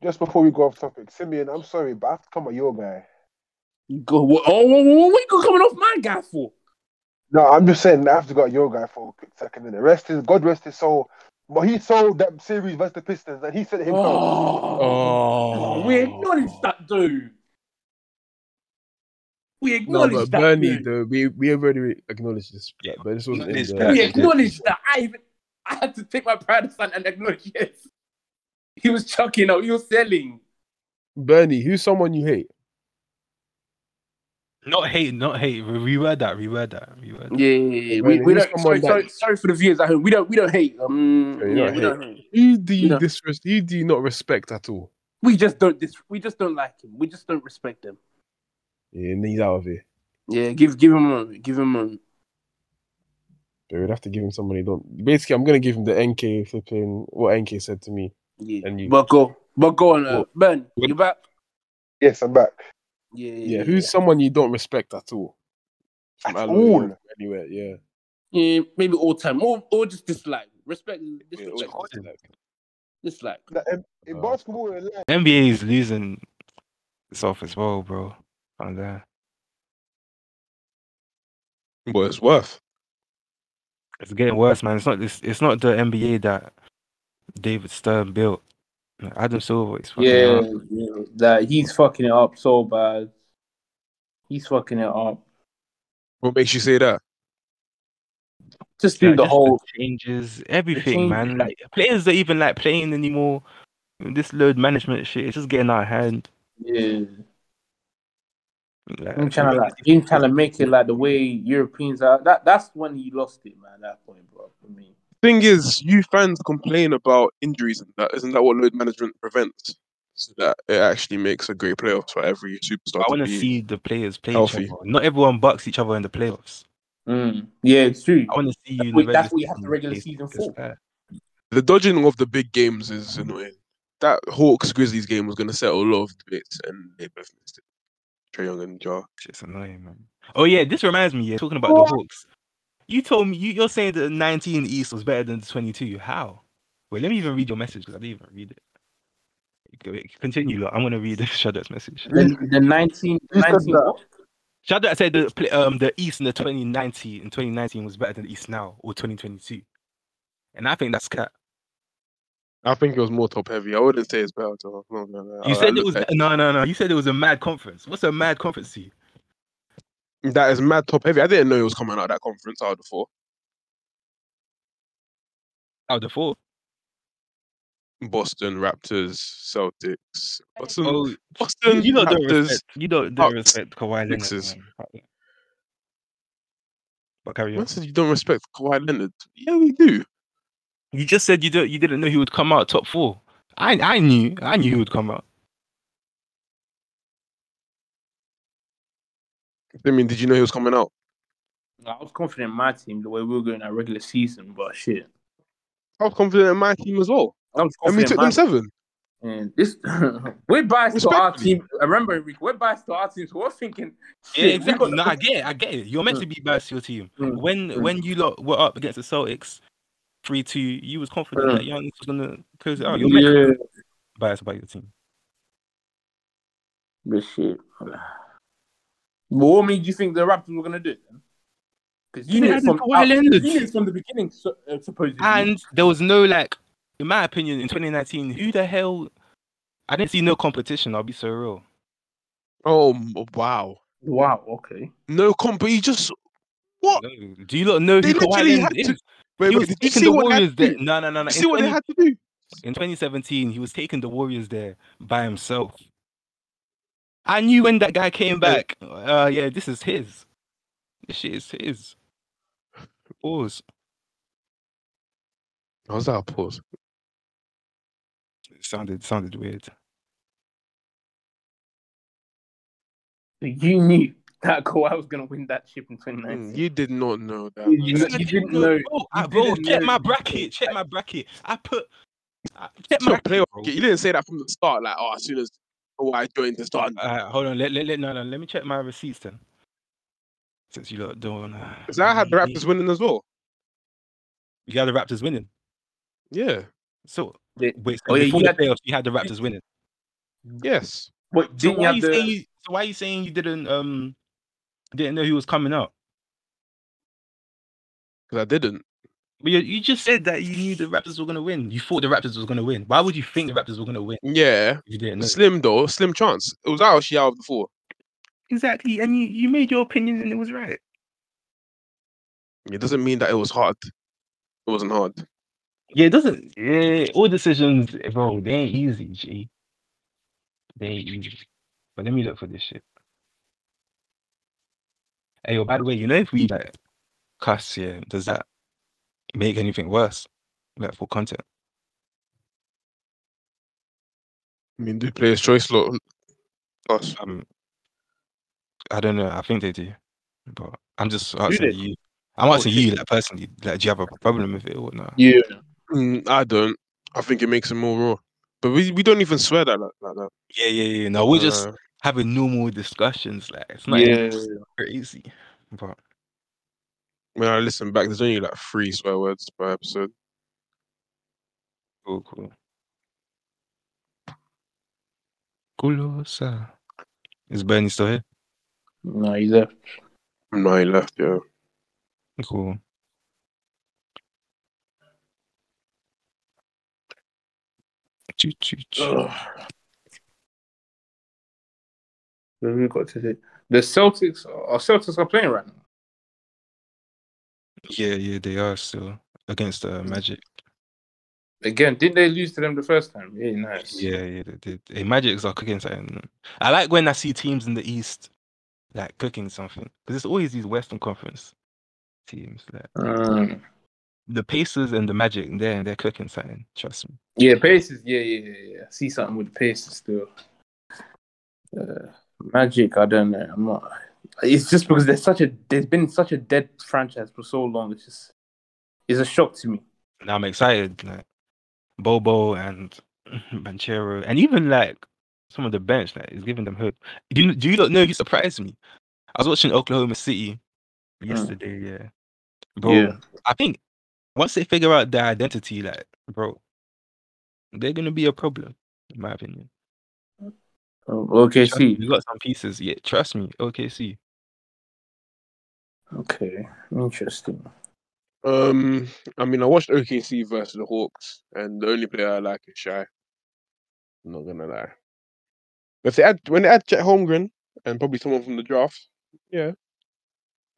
Speaker 1: just before we go off topic, Simeon, I'm sorry, but I have to come at your guy.
Speaker 4: go. What, oh, what, what, what you coming off my guy for?
Speaker 1: No, I'm just saying I have to go at your guy for a quick second. And the rest is God rest his soul. But he sold that series versus the Pistons, and he said it himself.
Speaker 4: Oh,
Speaker 3: Oh,
Speaker 4: we acknowledge that dude. We
Speaker 3: No,
Speaker 4: acknowledge
Speaker 3: but
Speaker 4: that
Speaker 3: Bernie,
Speaker 4: dude.
Speaker 3: though, we, we already acknowledged this,
Speaker 2: Yeah,
Speaker 3: but this wasn't in
Speaker 2: acknowledge
Speaker 3: the.
Speaker 2: that.
Speaker 4: we
Speaker 2: Yeah.
Speaker 4: acknowledge that I even I had to take my pride aside and acknowledge yes. He was chucking out, he was selling.
Speaker 3: Bernie, who's someone you hate?
Speaker 2: Not hate, not hate. Re- Reword that. Reword that. Reword. that.
Speaker 4: Yeah, yeah, yeah.
Speaker 3: Right,
Speaker 4: We, we
Speaker 3: who's
Speaker 4: don't,
Speaker 3: someone
Speaker 4: sorry,
Speaker 3: that-
Speaker 4: sorry, sorry for the viewers at home. We don't we don't hate. Um,
Speaker 3: Yeah,
Speaker 4: yeah,
Speaker 3: you don't
Speaker 4: we don't hate.
Speaker 3: Who do you
Speaker 4: No.
Speaker 3: disres- Who do you not respect at all?
Speaker 4: We just don't dis- we just don't like him. We just don't respect him.
Speaker 3: Yeah, and he's out of here.
Speaker 4: Yeah, give give him a moment. Give him a moment.
Speaker 3: But we'd have to give him somebody. Don't basically. I'm gonna give him the NK flipping what NK said to me.
Speaker 4: Yeah.
Speaker 3: And you-
Speaker 4: But go. But go on, uh,
Speaker 3: What?
Speaker 4: Ben,
Speaker 2: What?
Speaker 4: you back?
Speaker 1: Yes, I'm back.
Speaker 4: Yeah, yeah.
Speaker 3: Yeah, who's someone you don't respect at all?
Speaker 1: At
Speaker 3: From
Speaker 1: all.
Speaker 3: Aloe, anywhere, yeah.
Speaker 4: yeah, maybe all time. Or or just dislike. Respect
Speaker 3: Yeah,
Speaker 4: dislike.
Speaker 3: all time.
Speaker 4: dislike.
Speaker 1: That, in, in
Speaker 3: Oh.
Speaker 1: basketball, in life,
Speaker 2: NBA is losing itself as well, bro. On that.
Speaker 3: What it's worth.
Speaker 2: It's getting worse, man. It's not this. It's not the NBA that David Stern built. Like, Adam Silver is fucking
Speaker 4: Yeah,
Speaker 2: up.
Speaker 4: yeah, that he's fucking it up so bad. He's fucking it up.
Speaker 3: What makes you say that?
Speaker 4: Just do
Speaker 2: Like,
Speaker 4: the
Speaker 2: just
Speaker 4: whole.
Speaker 2: changes, everything,
Speaker 4: change-
Speaker 2: man. Like players don't even like playing anymore. This load management shit, it's just getting out of hand.
Speaker 4: Yeah,
Speaker 2: Like,
Speaker 4: him trying to like, him trying to make it like the way Europeans are. That that's when he lost it, man. That point, bro. For me,
Speaker 3: Thing is, you fans complain about injuries and that isn't that what load management prevents? So that it actually makes a great playoffs for every superstar.
Speaker 2: I
Speaker 3: to
Speaker 2: want to
Speaker 3: be-
Speaker 2: see the players play
Speaker 3: healthy.
Speaker 2: each other. Not everyone bucks each other in the playoffs.
Speaker 4: Mm. yeah, it's true.
Speaker 2: I want to see you. in
Speaker 4: what-
Speaker 2: the
Speaker 4: that's
Speaker 2: regular
Speaker 4: what you have to
Speaker 2: season
Speaker 4: regular
Speaker 2: face
Speaker 4: season
Speaker 2: against
Speaker 4: for.
Speaker 2: that.
Speaker 3: The dodging of the big games is annoying. That Hawks Grizzlies game was going to settle a lot of debates, and they both missed it. Trey Young and Jar.
Speaker 2: Shit's annoying, man. Oh yeah, this reminds me. Yeah, talking about the Hawks. You told me you, you're saying that the 19 East was better than the 22. How? Wait, let me even read your message because I didn't even read it. Go- wait, Continue. Look, I'm gonna read Shadow's message.
Speaker 4: The, the 19,
Speaker 1: Who said
Speaker 4: 19
Speaker 1: that?
Speaker 2: Shadow said the pla- um the East in the 2019 and 2019 was better than the East now or 2022, and I think that's cat.
Speaker 3: I think it was more top heavy. I wouldn't say it's better. To, no, no, no.
Speaker 2: You
Speaker 3: I- I
Speaker 2: said it
Speaker 3: look
Speaker 2: was
Speaker 3: at
Speaker 2: no no no. You said it was a mad conference. What's a mad conference to you?
Speaker 3: That is mad top heavy. I didn't know it was coming out of that conference out of the four.
Speaker 2: Out of the four.
Speaker 3: Boston, Raptors, Celtics. Boston,
Speaker 2: Oh,
Speaker 3: Boston
Speaker 2: you don't, don't
Speaker 3: Raptors.
Speaker 2: respect. You don't, don't
Speaker 3: Bucks,
Speaker 2: respect Kawhi Leonard.
Speaker 3: Sixers.
Speaker 2: man. Fuck that. But carry on.
Speaker 3: Man said you don't respect Kawhi Leonard. Yeah, we do.
Speaker 2: You just said you don't. You didn't know he would come out top four. I I knew. I knew he would come out.
Speaker 3: I mean, did you know he was coming out?
Speaker 4: I was confident in my team the way we were going that regular season, but shit.
Speaker 3: I was confident in my team as well.
Speaker 4: I was
Speaker 3: And we
Speaker 4: confident.
Speaker 3: took
Speaker 4: in my
Speaker 3: them seven.
Speaker 4: And this, we're biased to our
Speaker 3: Respectfully.
Speaker 4: team. I remember, Enrique, we're biased to our team, so we're thinking, shit,
Speaker 2: Yeah,
Speaker 4: we
Speaker 2: exactly.
Speaker 4: got-
Speaker 2: No, I get it. I get it. You're meant to be biased to your team.
Speaker 4: Mm,
Speaker 2: When
Speaker 4: mm.
Speaker 2: when you lot were up against the Celtics, three two, you was confident
Speaker 4: Mm.
Speaker 2: that Young was gonna close it out. You're meant to
Speaker 4: Yeah,
Speaker 2: be biased about your team.
Speaker 4: but shit. But what made you think the Raptors were gonna do it? Because
Speaker 2: They
Speaker 4: you knew
Speaker 2: had
Speaker 4: it from
Speaker 2: Kawhi
Speaker 4: out- you
Speaker 2: Leonard.
Speaker 4: knew it from the beginning, so, uh, supposedly.
Speaker 2: And there was no like, in my opinion, in 2019, who the hell? I didn't see no competition. I'll be so real.
Speaker 3: Oh m- wow.
Speaker 4: wow, okay.
Speaker 3: No comp, but he just What?
Speaker 2: No. Do you lot know
Speaker 3: Oh. They
Speaker 2: who Kawhi
Speaker 3: literally
Speaker 2: Leonard
Speaker 3: had to-
Speaker 2: is?
Speaker 3: wait,
Speaker 2: he
Speaker 3: wait,
Speaker 2: was
Speaker 3: did you
Speaker 2: taking
Speaker 3: see
Speaker 2: the
Speaker 3: what they
Speaker 2: Warriors
Speaker 3: had to
Speaker 2: there.
Speaker 3: do?
Speaker 2: No, no, no, no. In
Speaker 3: Did you see what they
Speaker 2: 20
Speaker 3: had to do?
Speaker 2: in 2017, he was taking the Warriors there by himself. I knew when that guy came back. Uh, yeah, this is his. This shit is his. Pause.
Speaker 3: I was that a pause?
Speaker 2: It sounded sounded weird.
Speaker 4: So you knew that Kawhi was gonna win that chip in
Speaker 3: Mm,
Speaker 4: 2019.
Speaker 3: you did not know that.
Speaker 4: You
Speaker 3: man.
Speaker 4: did-
Speaker 2: Listen,
Speaker 4: didn't
Speaker 2: bro,
Speaker 4: know-
Speaker 2: Bro,
Speaker 4: you
Speaker 2: I- bro,
Speaker 4: didn't
Speaker 2: check
Speaker 4: know
Speaker 2: my
Speaker 4: you
Speaker 2: bracket.
Speaker 4: did.
Speaker 2: Check my bracket. I put. I- Check
Speaker 3: It's your
Speaker 2: my bracket,
Speaker 3: playoff. You didn't say that from the start. Like, oh, as soon as oh, I joined the start,
Speaker 2: bro. Alright, hold on. Let, let, let, no, no, let me check my receipts then. Since you lot don't. uh, wanna-
Speaker 3: because I had the Raptors winning as well.
Speaker 2: You had the Raptors winning.
Speaker 3: Yeah.
Speaker 2: So
Speaker 4: Yeah.
Speaker 2: wait, so
Speaker 4: Oh, yeah,
Speaker 2: before
Speaker 4: you
Speaker 2: the
Speaker 4: had-
Speaker 2: playoffs, you had the Raptors winning.
Speaker 3: Yes.
Speaker 4: But
Speaker 2: So
Speaker 4: didn't
Speaker 2: why
Speaker 4: you
Speaker 2: are
Speaker 4: have
Speaker 2: you
Speaker 4: the-
Speaker 2: saying? You, so why are you saying you didn't um didn't know he was coming out?
Speaker 3: Because I didn't.
Speaker 2: But you, you just said that you knew the Raptors were gonna win. You thought the Raptors was gonna win. Why would you think the Raptors were gonna win?
Speaker 3: Yeah.
Speaker 2: If you didn't know.
Speaker 3: Slim though. Slim chance. It was actually out of the four.
Speaker 2: Exactly, and you, you made your opinion and it was right.
Speaker 3: It doesn't mean that it was hard. It wasn't hard.
Speaker 2: Yeah, it doesn't. Yeah, all decisions, bro, they ain't easy, G. They ain't easy. But let me look for this shit. Hey, yo, by the way, you know if we like cuss, yeah, does that make anything worse? Like for content?
Speaker 3: I mean, do players' choice lot. Us.
Speaker 2: um, I don't know. I think they do, but I'm just
Speaker 4: they?
Speaker 2: asking you. I'm asking
Speaker 4: Oh, shit.
Speaker 2: you, like personally, like, do you have a problem with it or not?
Speaker 4: Yeah.
Speaker 3: Mm, I don't. I think it makes it more raw. But we, we don't even swear that like, like that.
Speaker 2: Yeah, yeah, yeah. No, we're just
Speaker 3: Uh,
Speaker 2: having normal discussions. Like, it's not
Speaker 4: Yeah.
Speaker 2: yeah. crazy. But
Speaker 3: when I listen back, there's only like three swear words per episode.
Speaker 2: cool, cool. Culosa. Is Bernie still here?
Speaker 4: No, he's left.
Speaker 3: No, he left. Yeah.
Speaker 2: Cool. Choo, choo, choo.
Speaker 4: Oh. Ugh. Who we got today? The Celtics are Celtics are playing right now.
Speaker 2: Yeah, yeah, they are still against the uh,
Speaker 4: Mm.
Speaker 2: Magic.
Speaker 4: Again, didn't they lose to them the first time? Yeah, nice.
Speaker 2: Yeah, yeah, they did. Hey, Magic's are cooking something. I like when I see teams in the East like cooking something because it's always these Western Conference teams. Like
Speaker 4: Um,
Speaker 2: the Pacers and the Magic, they're they're cooking something. Trust me.
Speaker 4: yeah, Pacers. Yeah, yeah, yeah, yeah. I see something with the Pacers still. Uh, Magic. I don't know. I'm not. It's just because there's such a there's been such a dead franchise for so long. It's just it's a shock to me.
Speaker 2: Now I'm excited. Like Bobo and Banchero, and even like some of the bench that is giving them hope. Do you do you not know you surprised me? I was watching Oklahoma City yesterday, yeah. Bro,
Speaker 4: Mm. Yeah.
Speaker 2: I think once they figure out their identity, like bro, they're gonna be a problem, in my opinion.
Speaker 4: Oh, okay,
Speaker 2: Trust me,
Speaker 4: see.
Speaker 2: You got some pieces, yeah. Trust me, OKC.
Speaker 4: Okay, interesting.
Speaker 3: Um, I mean, I watched OKC versus the Hawks, and the only player I like is Shy. I'm not gonna lie. If they add when they add Chet Holmgren and probably someone from the draft, yeah,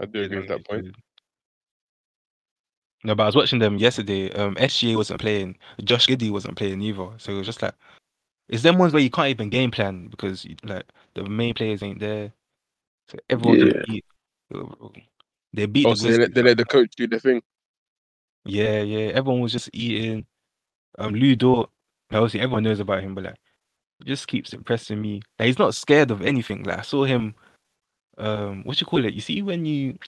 Speaker 3: I do agree with that point.
Speaker 2: Mm-hmm. No, but I was watching them yesterday. Um, SGA wasn't playing. Josh Giddy wasn't playing either. So it was just like, it's them ones where you can't even game plan because you- like the main players ain't there. So everyone
Speaker 4: Yeah.
Speaker 2: can beat. They beat.
Speaker 3: Oh,
Speaker 2: the
Speaker 3: so they let,
Speaker 2: Grizzlies.
Speaker 3: they let the coach do their thing.
Speaker 2: Yeah, yeah. Everyone was just eating. Um, Lou Dort. Obviously, everyone knows about him, but like, he just keeps impressing me. Like, he's not scared of anything. Like, I saw him. Um, what you call it? You see when you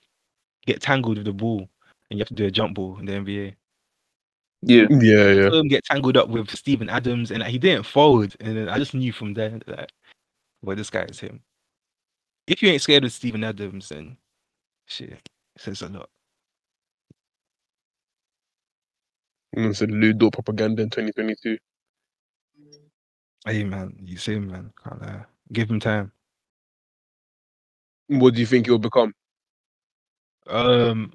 Speaker 2: get tangled with the ball and you have to do a jump ball in the NBA.
Speaker 4: Yeah.
Speaker 3: Yeah, yeah.
Speaker 2: Saw him get tangled up with Steven Adams, and like, he didn't forward. And then I just knew from there that, well, this guy is him. If you ain't scared of Steven Adams, then shit says a lot.
Speaker 3: And it's a Ludo propaganda in 2022.
Speaker 2: Hey man, you see him, man. Can't lie. Give him time.
Speaker 3: What do you think he'll become?
Speaker 2: Um,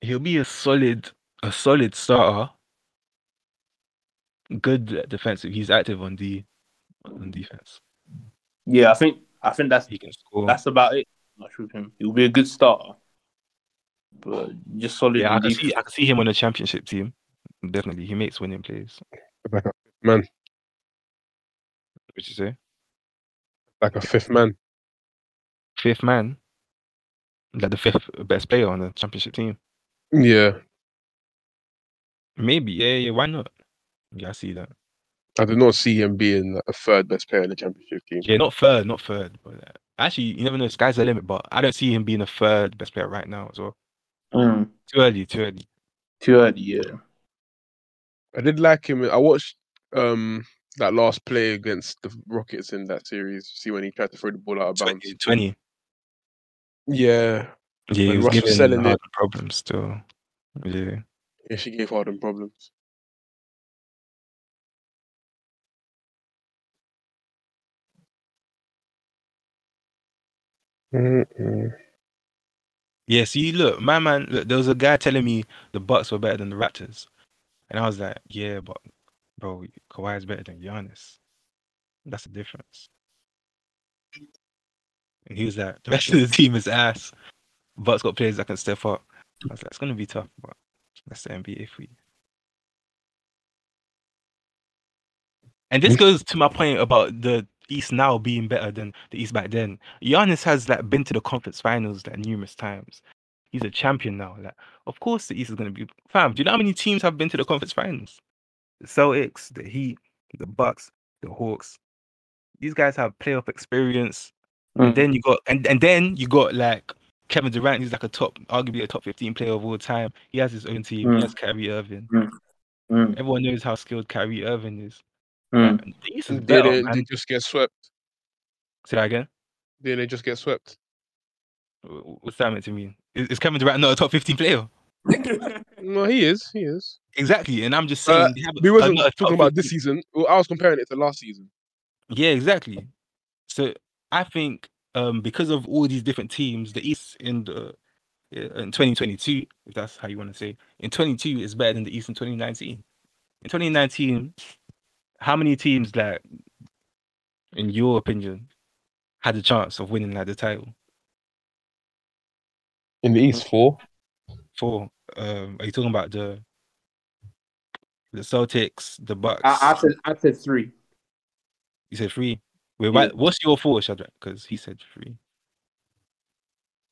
Speaker 2: he'll be a solid, a solid starter. Good at defensive. He's active on the on defense.
Speaker 4: Yeah, I think I think that's
Speaker 2: He can score.
Speaker 4: that's about it. Much with him. He'll be a good starter. But just solid.
Speaker 2: yeah, I
Speaker 4: in
Speaker 2: can
Speaker 4: defense.
Speaker 2: see. I can see him on a championship team. Definitely, he makes winning plays.
Speaker 3: Like a fifth man,
Speaker 2: Would you say
Speaker 3: like a fifth man.
Speaker 2: fifth man? Like the fifth best player on the championship team.
Speaker 3: Yeah,
Speaker 2: Maybe. Yeah. Yeah. Why not? Yeah, I see that.
Speaker 3: I do not see him being like, a third best player in the championship team.
Speaker 2: Yeah, not third, not third. But uh, actually, you never know. Sky's the limit. But I don't see him being a third best player right now as well.
Speaker 4: Mm,
Speaker 2: Too early. Too early.
Speaker 4: too early, yeah.
Speaker 3: I did like him. I watched um that last play against the Rockets in that series. See when he tried to throw the ball out of bounds.
Speaker 2: 20, 20.
Speaker 3: Yeah,
Speaker 2: Yeah,
Speaker 3: When
Speaker 2: he was
Speaker 3: Russ was
Speaker 2: giving
Speaker 3: selling it.
Speaker 2: Harden problems still. Yeah,
Speaker 3: yeah, she gave Harden problems. Mm-mm.
Speaker 2: yeah. See, look, my man, look, there was a guy telling me the Bucks were better than the Raptors, and I was like, yeah, but bro, Kawhi's better than Giannis. That's the difference. And he was like, the rest of the team is ass. Bucks got players that can step up. I was like, it's gonna be tough, but that's the NBA for you. And this
Speaker 3: Mm.
Speaker 2: goes to my point about the East now being better than the East back then. Giannis has like been to the conference finals like numerous times. He's a champion now. Like, of course the East is gonna be fam. Do you know how many teams have been to the conference finals? The Celtics, the Heat, the Bucks, the Hawks. These guys have playoff experience.
Speaker 4: Mm.
Speaker 2: And then you got and, and then you got like Kevin Durant, who's like a top, arguably a top 15 player of all time. He has his own team.
Speaker 4: Mm.
Speaker 2: He has Kyrie Irving.
Speaker 4: Mm,
Speaker 2: Everyone knows how skilled Kyrie Irving is.
Speaker 4: mm.
Speaker 2: And the East is
Speaker 3: Did they,
Speaker 2: better,
Speaker 3: didn't-
Speaker 2: man.
Speaker 3: they just get swept?
Speaker 2: Say that again.
Speaker 3: Did they just get swept?
Speaker 2: Wh- What's that meant to mean? Is, is Kevin Durant not a top 15 player?
Speaker 4: mm.
Speaker 3: No, he is. He is.
Speaker 2: Exactly. And I'm just saying,
Speaker 3: Uh,
Speaker 2: they have
Speaker 3: We
Speaker 2: a-
Speaker 3: wasn't
Speaker 2: not a top
Speaker 3: talking about this
Speaker 2: 15.
Speaker 3: season. Well, I was comparing it to last season.
Speaker 2: Yeah, exactly. So I think um, because of all these different teams, the East in the in 2022, if that's how you want to say, it, in 22 is better than the East in 2019. In 2019, how many teams that, in your opinion, had a chance of winning like the title?
Speaker 3: In the East, four.
Speaker 2: For um, are you talking about the the Celtics, the Bucks?
Speaker 4: I, I said I said three.
Speaker 2: you said three. Wait,
Speaker 4: Yeah.
Speaker 2: why- what's your four, Shadrach? Because he said three.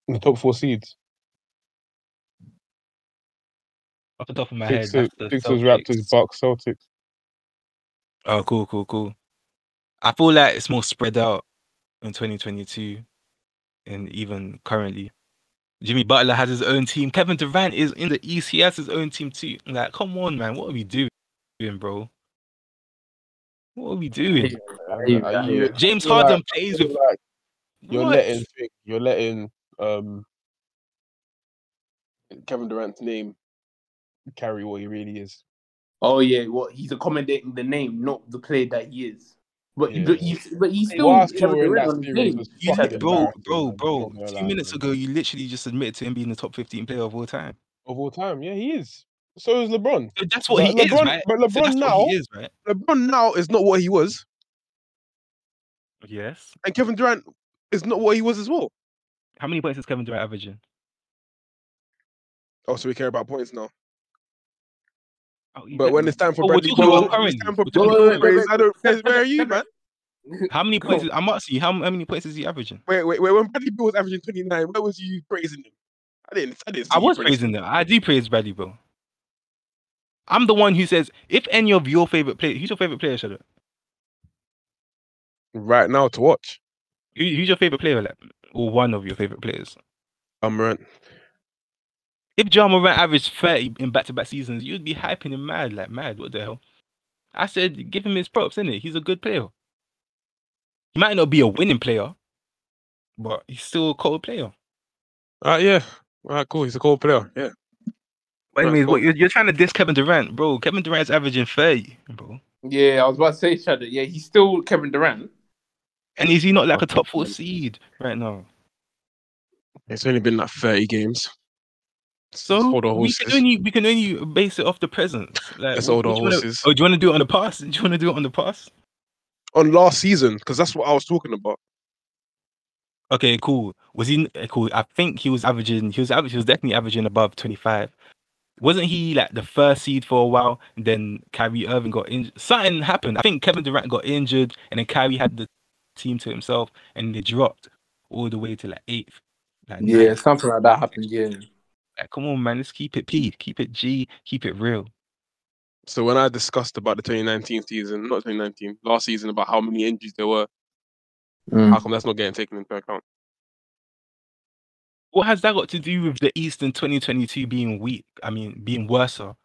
Speaker 3: The top four seeds.
Speaker 2: Off the top of my
Speaker 3: Sixers,
Speaker 2: head, that's the
Speaker 3: Sixers,
Speaker 2: Celtics.
Speaker 3: Raptors, Bucks, Celtics.
Speaker 2: Oh, cool, cool, cool. I feel like it's more spread out in 2022 and even currently. Jimmy Butler has his own team. Kevin Durant is in the East. He has his own team too. Like, come on, man. What are we doing, bro? What are we doing?
Speaker 4: Yeah.
Speaker 3: Like, you-
Speaker 2: James
Speaker 3: you're
Speaker 2: Harden
Speaker 3: like-
Speaker 2: plays
Speaker 3: you're
Speaker 2: with
Speaker 3: like- you're
Speaker 2: What?
Speaker 3: letting you're letting um Kevin Durant's name carry what he really is.
Speaker 4: Oh yeah, what he's accommodating the name, not the player that he is. But
Speaker 3: Yeah.
Speaker 4: but you but he's still
Speaker 3: Whilst we
Speaker 4: Kevin
Speaker 3: were in
Speaker 4: Durant
Speaker 3: that
Speaker 4: on his
Speaker 3: series
Speaker 4: name.
Speaker 3: was
Speaker 2: You
Speaker 3: fucking
Speaker 2: did, bro,
Speaker 3: embarrassing,
Speaker 2: bro,
Speaker 3: man.
Speaker 2: bro.
Speaker 3: Fucking
Speaker 2: Two minutes
Speaker 3: embarrassing.
Speaker 2: ago, you literally just admitted to him being the top 15 player of all time.
Speaker 3: of all time. Yeah, he is. So is LeBron.
Speaker 2: But That's what
Speaker 3: But
Speaker 2: he
Speaker 3: LeBron,
Speaker 2: is, right?
Speaker 3: but
Speaker 2: So
Speaker 3: LeBron
Speaker 2: that's
Speaker 3: now,
Speaker 2: what he is, right?
Speaker 3: LeBron now is not what he was,
Speaker 2: Yes.
Speaker 3: and Kevin Durant is not what he was as well.
Speaker 2: How many points is Kevin Durant averaging?
Speaker 3: Oh, so we care about points now.
Speaker 2: Oh, yeah.
Speaker 3: But when it's time for
Speaker 2: Oh, we're
Speaker 3: Bradley
Speaker 2: talking
Speaker 3: Beal,
Speaker 2: about
Speaker 3: when it's
Speaker 2: currently.
Speaker 3: time for
Speaker 2: We're
Speaker 4: talking
Speaker 3: Bradley Beal,
Speaker 4: about currently.
Speaker 3: I don't- where's- where are you, man?
Speaker 2: how many points? Is, I'm asking you, how, how many points is he averaging?
Speaker 3: Wait, wait, wait. When Bradley Beal was averaging twenty nine, where was you praising him? I didn't. I didn't. See
Speaker 2: I
Speaker 3: you
Speaker 2: was
Speaker 3: praising.
Speaker 2: praising them. I do praise Bradley, bro. I'm the one who says if any of your favorite players, who's your favorite player, Shadow?
Speaker 3: Right now to watch.
Speaker 2: Who, who's your favorite player, like, or one of your favorite players?
Speaker 3: I'm right.
Speaker 2: If John Morant averaged 30 in back-to-back seasons, you'd be hyping him mad, like mad. What the hell? I said, give him his props, innit? He's a good player. He might not be a winning player, but he's still a cold player.
Speaker 3: Uh, yeah. All right, cool. He's a cool player. Yeah.
Speaker 2: But
Speaker 3: Right,
Speaker 2: anyways,
Speaker 3: cool.
Speaker 2: what, you're, you're trying to diss Kevin Durant, bro. Kevin Durant's averaging 30, bro.
Speaker 4: Yeah, I was about to say Shadow. Yeah, he's still Kevin Durant.
Speaker 2: And is he not like a top four seed right now?
Speaker 3: It's only been like thirty games.
Speaker 2: So
Speaker 3: older
Speaker 2: we can
Speaker 3: horses.
Speaker 2: only we can only base it off the present. Like,
Speaker 3: That's
Speaker 2: what-
Speaker 3: older
Speaker 2: what do you wanna-
Speaker 3: horses.
Speaker 2: oh, do you want to do it on the past? Do you want to do it on the past?
Speaker 3: On last season, because that's what I was talking about.
Speaker 2: Okay, cool. Was he eh, cool? I think he was averaging. He was average. He was definitely averaging above twenty five. Wasn't he like the first seed for a while? And then Kyrie Irving got injured. Something happened. I think Kevin Durant got injured, and then Kyrie had the team to himself, and they dropped all the way to like eighth. Like, ninth.
Speaker 4: something like that happened. Yeah.
Speaker 2: Like, come on, man. Let's keep it P. Keep it G. Keep it real.
Speaker 3: So when I discussed about the 2019 season, not 2019, last season about how many injuries there were,
Speaker 2: Mm.
Speaker 3: how come that's not getting taken into account?
Speaker 2: What has that got to do with the East in 2022 being weak? I mean, being worse or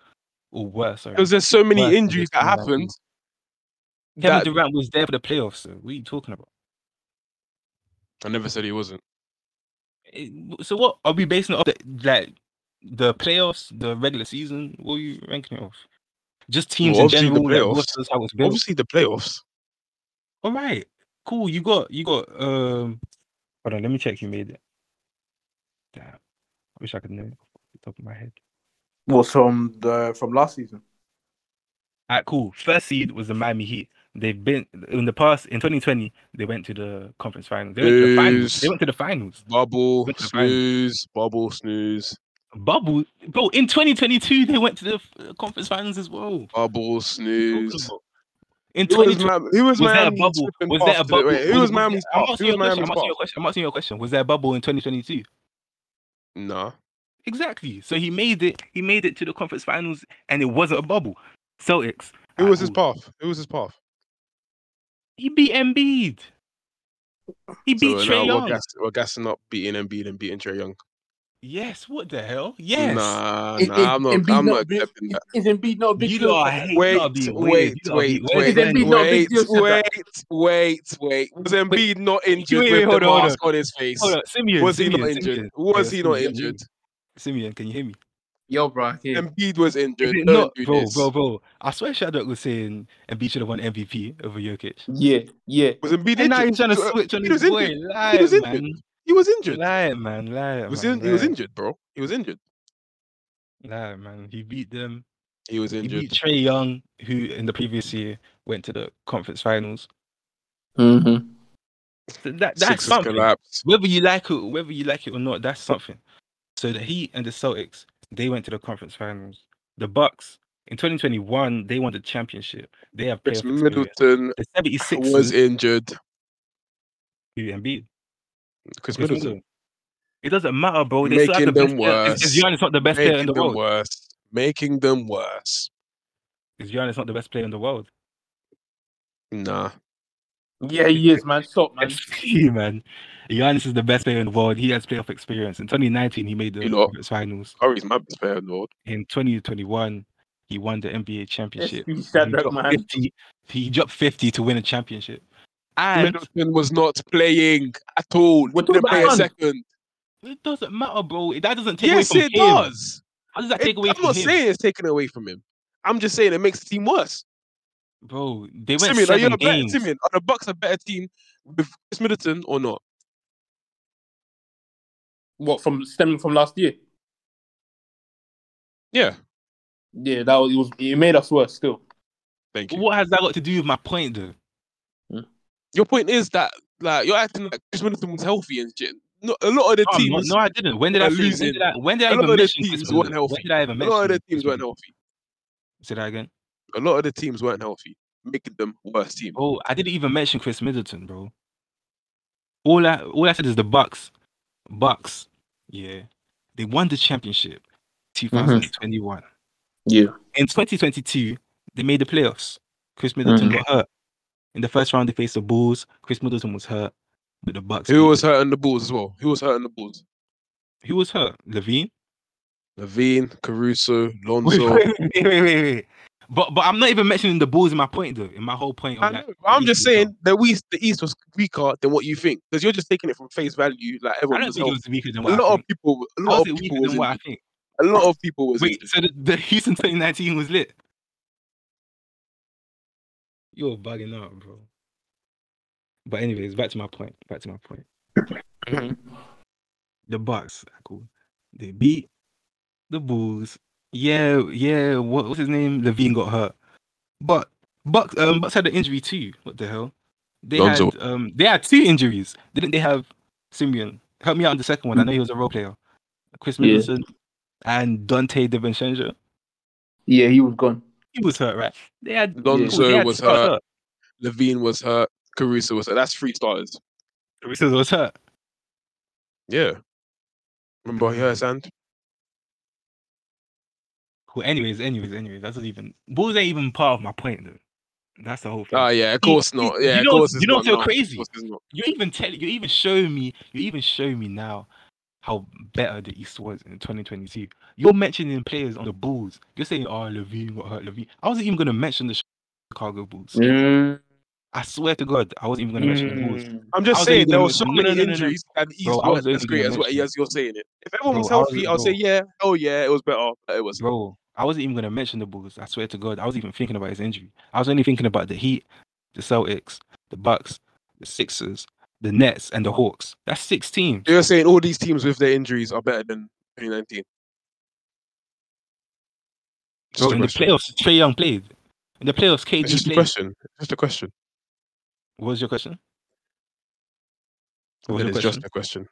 Speaker 2: worse. sorry.
Speaker 3: Because there's so many
Speaker 2: Worse than
Speaker 3: injuries
Speaker 2: just
Speaker 3: that
Speaker 2: 2019.
Speaker 3: happened.
Speaker 2: Kevin
Speaker 3: That,
Speaker 2: Durant was there for the playoffs. So what are you talking about?
Speaker 3: I never said he wasn't.
Speaker 2: It- Eh, So what are we basing it off? The, like the playoffs, the regular season? What are you ranking it off? Just teams
Speaker 3: Well,
Speaker 2: in
Speaker 3: obviously the
Speaker 2: general. like,
Speaker 3: playoffs.
Speaker 2: what's this, how it's built.
Speaker 3: Obviously, the playoffs.
Speaker 2: All right, cool. You got you got. Um, hold on, let me check. who made it. Damn, I wish I could know it off the top of my head.
Speaker 4: What's from the from last season?
Speaker 2: All right, cool. First seed was the Miami Heat. They've been in the past in 2020. They went to the conference finals. They went to the finals. They
Speaker 3: Booze.
Speaker 2: went to the finals.
Speaker 3: Bubble,
Speaker 2: Good to find.
Speaker 3: snooze, bubble, snooze,
Speaker 2: Bubble, bro. In 2022, they went to the uh, conference finals as well.
Speaker 3: bubble, snooze.
Speaker 2: In
Speaker 3: Who was,
Speaker 2: 2022,
Speaker 3: Miami, who
Speaker 2: was
Speaker 3: was,
Speaker 2: there a
Speaker 3: Miami's
Speaker 2: bubble?
Speaker 3: flipping
Speaker 2: Was there a
Speaker 3: pass today?
Speaker 2: bubble?
Speaker 3: Wait, who was
Speaker 2: there-
Speaker 3: Miami's
Speaker 2: I'm
Speaker 3: pass?
Speaker 2: asking
Speaker 3: Who was
Speaker 2: you a question.
Speaker 3: Miami's
Speaker 2: I'm asking you a
Speaker 3: pass?
Speaker 2: question. I'm asking you a question. Was there a bubble in 2022?
Speaker 3: Nah.
Speaker 2: Exactly. So he made it. He made it to the conference finals, and it wasn't a bubble. Celtics.
Speaker 3: Who
Speaker 2: Ah,
Speaker 3: was his
Speaker 2: cool.
Speaker 3: path? Who was his path?
Speaker 2: He beat Embiid. He
Speaker 3: So
Speaker 2: beat
Speaker 3: uh,
Speaker 2: Trey
Speaker 3: now
Speaker 2: Young.
Speaker 3: we're, gas- we're gassing up beating Embiid and beating Trey Young.
Speaker 2: Yes. What the hell? Yes.
Speaker 3: Nah,
Speaker 4: Is- is
Speaker 3: nah, I'm not,
Speaker 4: Embiid
Speaker 3: I'm not
Speaker 4: big-
Speaker 3: accepting that.
Speaker 4: Is Embiid not a big
Speaker 2: You
Speaker 4: deal?
Speaker 2: lot are hating.
Speaker 3: Wait,
Speaker 2: Y'all be
Speaker 3: wait,
Speaker 2: weird. Y'all
Speaker 3: wait,
Speaker 2: be
Speaker 3: wait,
Speaker 2: weird.
Speaker 4: Is Embiid
Speaker 3: wait,
Speaker 4: not a
Speaker 3: wait,
Speaker 4: big deal, Shadda?
Speaker 3: wait, wait. Was Embiid not injured
Speaker 2: wait,
Speaker 3: with
Speaker 2: hold
Speaker 3: the
Speaker 2: on, hold
Speaker 3: mask on his face?
Speaker 2: Hold on, Simeon.
Speaker 3: Was he
Speaker 2: Simeon,
Speaker 3: not injured?
Speaker 2: Simeon.
Speaker 3: Was
Speaker 2: Yeah,
Speaker 3: he not
Speaker 2: Simeon, can you hear
Speaker 3: injured?
Speaker 2: me? Simeon, can you hear me?
Speaker 4: Yo, bro. Yeah.
Speaker 3: Embiid was
Speaker 2: Is
Speaker 3: injured.
Speaker 2: it
Speaker 3: Don't
Speaker 2: not,
Speaker 3: do
Speaker 2: bro,
Speaker 3: this.
Speaker 2: bro, bro? I swear Shadow was saying Embiid should have won MVP over Jokic.
Speaker 4: yeah, yeah.
Speaker 3: Was Embiid
Speaker 2: And now
Speaker 3: injured?
Speaker 2: he's trying to
Speaker 3: You- uh,
Speaker 2: switch on
Speaker 3: he
Speaker 2: his
Speaker 3: was
Speaker 2: boy.
Speaker 3: injured.
Speaker 2: Lie,
Speaker 3: was injured.
Speaker 2: man.
Speaker 3: He was injured.
Speaker 2: Lie, man. Lie,
Speaker 3: Was
Speaker 2: man.
Speaker 3: in, he was
Speaker 2: lie.
Speaker 3: injured, bro. He was injured.
Speaker 2: Lie, man. He beat them.
Speaker 3: He was
Speaker 2: He beat
Speaker 3: injured.
Speaker 2: Trey Young, who in the previous year went to the conference finals.
Speaker 4: Mm-hmm.
Speaker 2: So that, that's
Speaker 3: Sixers
Speaker 2: something.
Speaker 3: collapsed.
Speaker 2: Whether you like it, whether you like it or not, that's something. So the Heat and the Celtics, they went to the conference finals. The Bucks in 2021, they won the championship. They have
Speaker 3: Chris
Speaker 2: playoff experience.
Speaker 3: Middleton
Speaker 2: The 76
Speaker 3: was injured.
Speaker 2: Embiid.
Speaker 3: Chris
Speaker 2: Chris
Speaker 3: Middleton.
Speaker 2: Middleton. It doesn't matter, bro. They still have the
Speaker 3: Making
Speaker 2: best
Speaker 3: them
Speaker 2: player. Is, is
Speaker 3: worse.
Speaker 2: Giannis not the best player in
Speaker 3: Making
Speaker 2: the
Speaker 3: them
Speaker 2: world?
Speaker 3: worse. Making them worse.
Speaker 2: Is Giannis not the best player in the world?
Speaker 3: Nah.
Speaker 4: Yeah, he is, man. Stop, man.
Speaker 2: Exactly, man. Giannis is the best player in the world. He has playoff experience. In 2019, he made the
Speaker 3: You lot.
Speaker 2: conference finals.
Speaker 3: Curry's my best player in the world.
Speaker 2: In 2021, he won the NBA championship.
Speaker 5: Yes,
Speaker 2: He
Speaker 5: Shadrach,
Speaker 4: Mm-hmm.
Speaker 2: dropped
Speaker 5: man.
Speaker 2: 50 he dropped 50 to win a championship. And
Speaker 3: Middleton was not playing at all.
Speaker 5: We're talking
Speaker 3: Didn't play a
Speaker 5: about Ireland.
Speaker 3: second.
Speaker 2: it doesn't matter, bro. That doesn't take
Speaker 3: Yes,
Speaker 2: away from
Speaker 3: it
Speaker 2: him.
Speaker 3: does.
Speaker 2: How does that
Speaker 3: It-
Speaker 2: take away
Speaker 3: I'm
Speaker 2: from
Speaker 3: not
Speaker 2: him?
Speaker 3: saying it's taken away from him. I'm just saying it makes the team worse.
Speaker 2: Bro, they went
Speaker 3: Simeon, are you
Speaker 2: seven
Speaker 3: a better,
Speaker 2: games.
Speaker 3: Simeon, are the Bucks a better team with Chris Middleton or not?
Speaker 5: What from stemming from last year?
Speaker 3: Yeah,
Speaker 5: Yeah, that was it, was, it made us worse still.
Speaker 3: thank you.
Speaker 2: What has that got to do with my point, though?
Speaker 3: Your point is that like you're acting like Chris Middleton was healthy and shit. No, a lot of the
Speaker 2: Oh, no,
Speaker 3: teams,
Speaker 2: no, I didn't. When did I,
Speaker 3: are
Speaker 2: say, when
Speaker 3: losing.
Speaker 2: did I when did I
Speaker 3: A lot
Speaker 2: even
Speaker 3: of the
Speaker 2: mention
Speaker 3: teams
Speaker 2: Chris
Speaker 3: weren't
Speaker 2: Middleton?
Speaker 3: healthy.
Speaker 2: When did I even
Speaker 3: a
Speaker 2: mention
Speaker 3: lot of the
Speaker 2: Chris
Speaker 3: teams weren't
Speaker 2: Middleton?
Speaker 3: healthy.
Speaker 2: Say that again.
Speaker 3: A lot of the teams weren't healthy, making them worse team.
Speaker 2: Oh, I didn't even mention Chris Middleton, bro. All I all I said is the Bucks. Bucks. Yeah. They won the championship 2021.
Speaker 5: Yeah,
Speaker 2: In 2022, they made the playoffs. Chris Middleton got hurt. In the first round, they faced the Bulls. Chris Middleton was hurt. But the Bucks
Speaker 3: Who
Speaker 2: beat
Speaker 3: was
Speaker 2: them.
Speaker 3: hurting the Bulls as well? Who was hurting the Bulls?
Speaker 2: who was hurt? Levine?
Speaker 3: Levine, Caruso,
Speaker 2: Wait,
Speaker 3: Lonzo.
Speaker 2: wait, wait, wait, wait, wait. But but I'm not even mentioning the Bulls in my point though. In my whole point,
Speaker 3: I
Speaker 2: of, like,
Speaker 3: know. I'm
Speaker 2: the
Speaker 3: just
Speaker 2: East was
Speaker 3: saying that we the East was weaker than what you think because you're just taking it from face value. Like
Speaker 2: hurt. I
Speaker 3: everyone
Speaker 2: don't think
Speaker 3: was
Speaker 2: it
Speaker 3: healthy.
Speaker 2: was weaker than
Speaker 3: A
Speaker 2: what I
Speaker 3: lot of
Speaker 2: think.
Speaker 3: people, a
Speaker 2: I
Speaker 3: lot
Speaker 2: was
Speaker 3: of
Speaker 2: it
Speaker 3: people
Speaker 2: weaker
Speaker 3: was
Speaker 2: than what I
Speaker 3: injured.
Speaker 2: think.
Speaker 3: A lot of people was
Speaker 2: Wait,
Speaker 3: injured.
Speaker 2: so the, the Houston 2019 was lit? You're bugging out, bro. But anyways, back to my point. Back to my point.
Speaker 3: Mm-hmm.
Speaker 2: the Bucks, cool. They beat the Bulls. Yeah, yeah. What, what's his name? Levine got hurt, but Bucks, um, Bucks had an injury too. What the hell? They
Speaker 3: Lonzo.
Speaker 2: had um, they had two injuries. Didn't they have Simeon? Help me out on the second one. I know he was a role player. Chris
Speaker 5: Yeah.
Speaker 2: Middleton and Dante DiVincenzo.
Speaker 5: yeah, he was gone.
Speaker 2: He was hurt, right? They had
Speaker 3: Lonzo
Speaker 2: they had
Speaker 3: was
Speaker 2: Scott
Speaker 3: hurt. Levine was hurt. Caruso was hurt. That's three starters.
Speaker 2: Caruso was hurt.
Speaker 3: Yeah. Remember he hurt his hand?
Speaker 2: Cool. Anyways, anyways, anyways. That's not even Bulls ain't even part of my point though. That's the whole thing.
Speaker 3: Ah, yeah, of course
Speaker 2: you-
Speaker 3: not.
Speaker 2: you
Speaker 3: Yeah,
Speaker 2: know-
Speaker 3: of course it's
Speaker 2: you know
Speaker 3: not.
Speaker 2: what's so
Speaker 3: no, of
Speaker 2: crazy?
Speaker 3: course it's not.
Speaker 2: you even tell you even show me you even show me now how better the East was in 2022. You're mentioning players on the Bulls. You're saying, "Oh, Levine got hurt." Levine. I wasn't even gonna mention the Chicago Bulls.
Speaker 5: Mm.
Speaker 2: I swear to God, I wasn't even gonna mention the Bulls.
Speaker 5: Mm.
Speaker 3: I'm
Speaker 2: I
Speaker 3: just
Speaker 2: was
Speaker 3: saying
Speaker 2: even
Speaker 3: there
Speaker 2: gonna
Speaker 3: were so
Speaker 2: mention- no,
Speaker 3: many
Speaker 2: no, no, no,
Speaker 3: injuries and the East
Speaker 2: Bro, I
Speaker 3: was
Speaker 2: wasn't
Speaker 3: as
Speaker 2: even
Speaker 3: great
Speaker 2: gonna
Speaker 3: as what
Speaker 2: mention
Speaker 3: as you're saying it. If everyone
Speaker 2: Bro,
Speaker 3: was
Speaker 2: I was-
Speaker 3: healthy, I'll say
Speaker 2: bro.
Speaker 3: yeah, oh yeah, it was better. But it was
Speaker 2: Bro, I wasn't even gonna mention the Bulls. I swear to God, I wasn't even thinking about his injury. I was only thinking about the Heat, the Celtics, the Bucks, the Sixers, the Nets, and the Hawks. That's six teams.
Speaker 3: You're saying all these teams with their injuries are better than 2019. It's
Speaker 2: Bro,
Speaker 3: just a
Speaker 2: in the
Speaker 3: question.
Speaker 2: playoffs, Trey Young played. In the playoffs,
Speaker 3: It's
Speaker 2: KD
Speaker 3: just a
Speaker 2: played.
Speaker 3: question. It's just a question.
Speaker 2: What was your question? What was
Speaker 3: Then
Speaker 2: your
Speaker 3: It's
Speaker 2: question?
Speaker 3: just a question.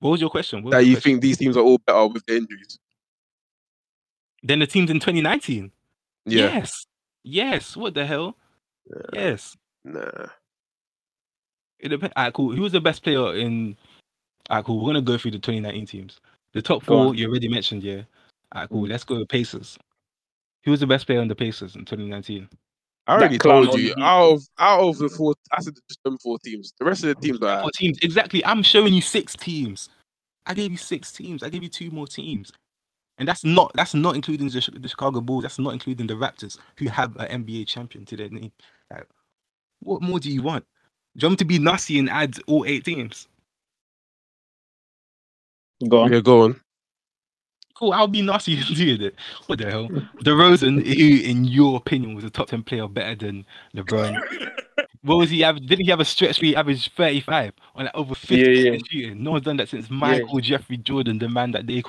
Speaker 2: What was your question? What was
Speaker 3: That
Speaker 2: your
Speaker 3: you
Speaker 2: question?
Speaker 3: think these teams are all better with their injuries.
Speaker 2: Then the teams in 2019.
Speaker 3: Yeah.
Speaker 2: Yes. Yes. What the hell? Yes.
Speaker 3: Nah.
Speaker 2: It depends. All right, cool. Who was the best player in? All right, cool. We're gonna go through the 2019 teams. The top
Speaker 5: Go
Speaker 2: four
Speaker 5: on. Mm.
Speaker 2: you already mentioned. Yeah. All right, cool. Let's go with Pacers. Who was the best player on the Pacers in 2019?
Speaker 3: I
Speaker 5: That
Speaker 3: already
Speaker 5: clown
Speaker 3: told you.
Speaker 5: on the-
Speaker 3: Out of out of the four, I said just them four teams. The rest of the teams
Speaker 5: Uh,
Speaker 3: are
Speaker 2: Four teams. Exactly. I'm showing you six teams. I gave you six teams. I gave you two more teams. And that's not that's not including the, Chi- the Chicago Bulls. That's not including the Raptors, who have an NBA champion to their name. Like, what more do you want? Do you want me to be nasty and add all eight teams?
Speaker 5: Go on.
Speaker 3: yeah, go on.
Speaker 2: Cool, I'll be nasty and do it. What the hell? DeRozan, who in your opinion was a top ten player, better than LeBron. what was he have? Didn't he have a stretch where he averaged thirty five on like over fifty
Speaker 5: Yeah, yeah.
Speaker 2: shooting? No one's done that since Michael Jeffrey Jordan, the man that they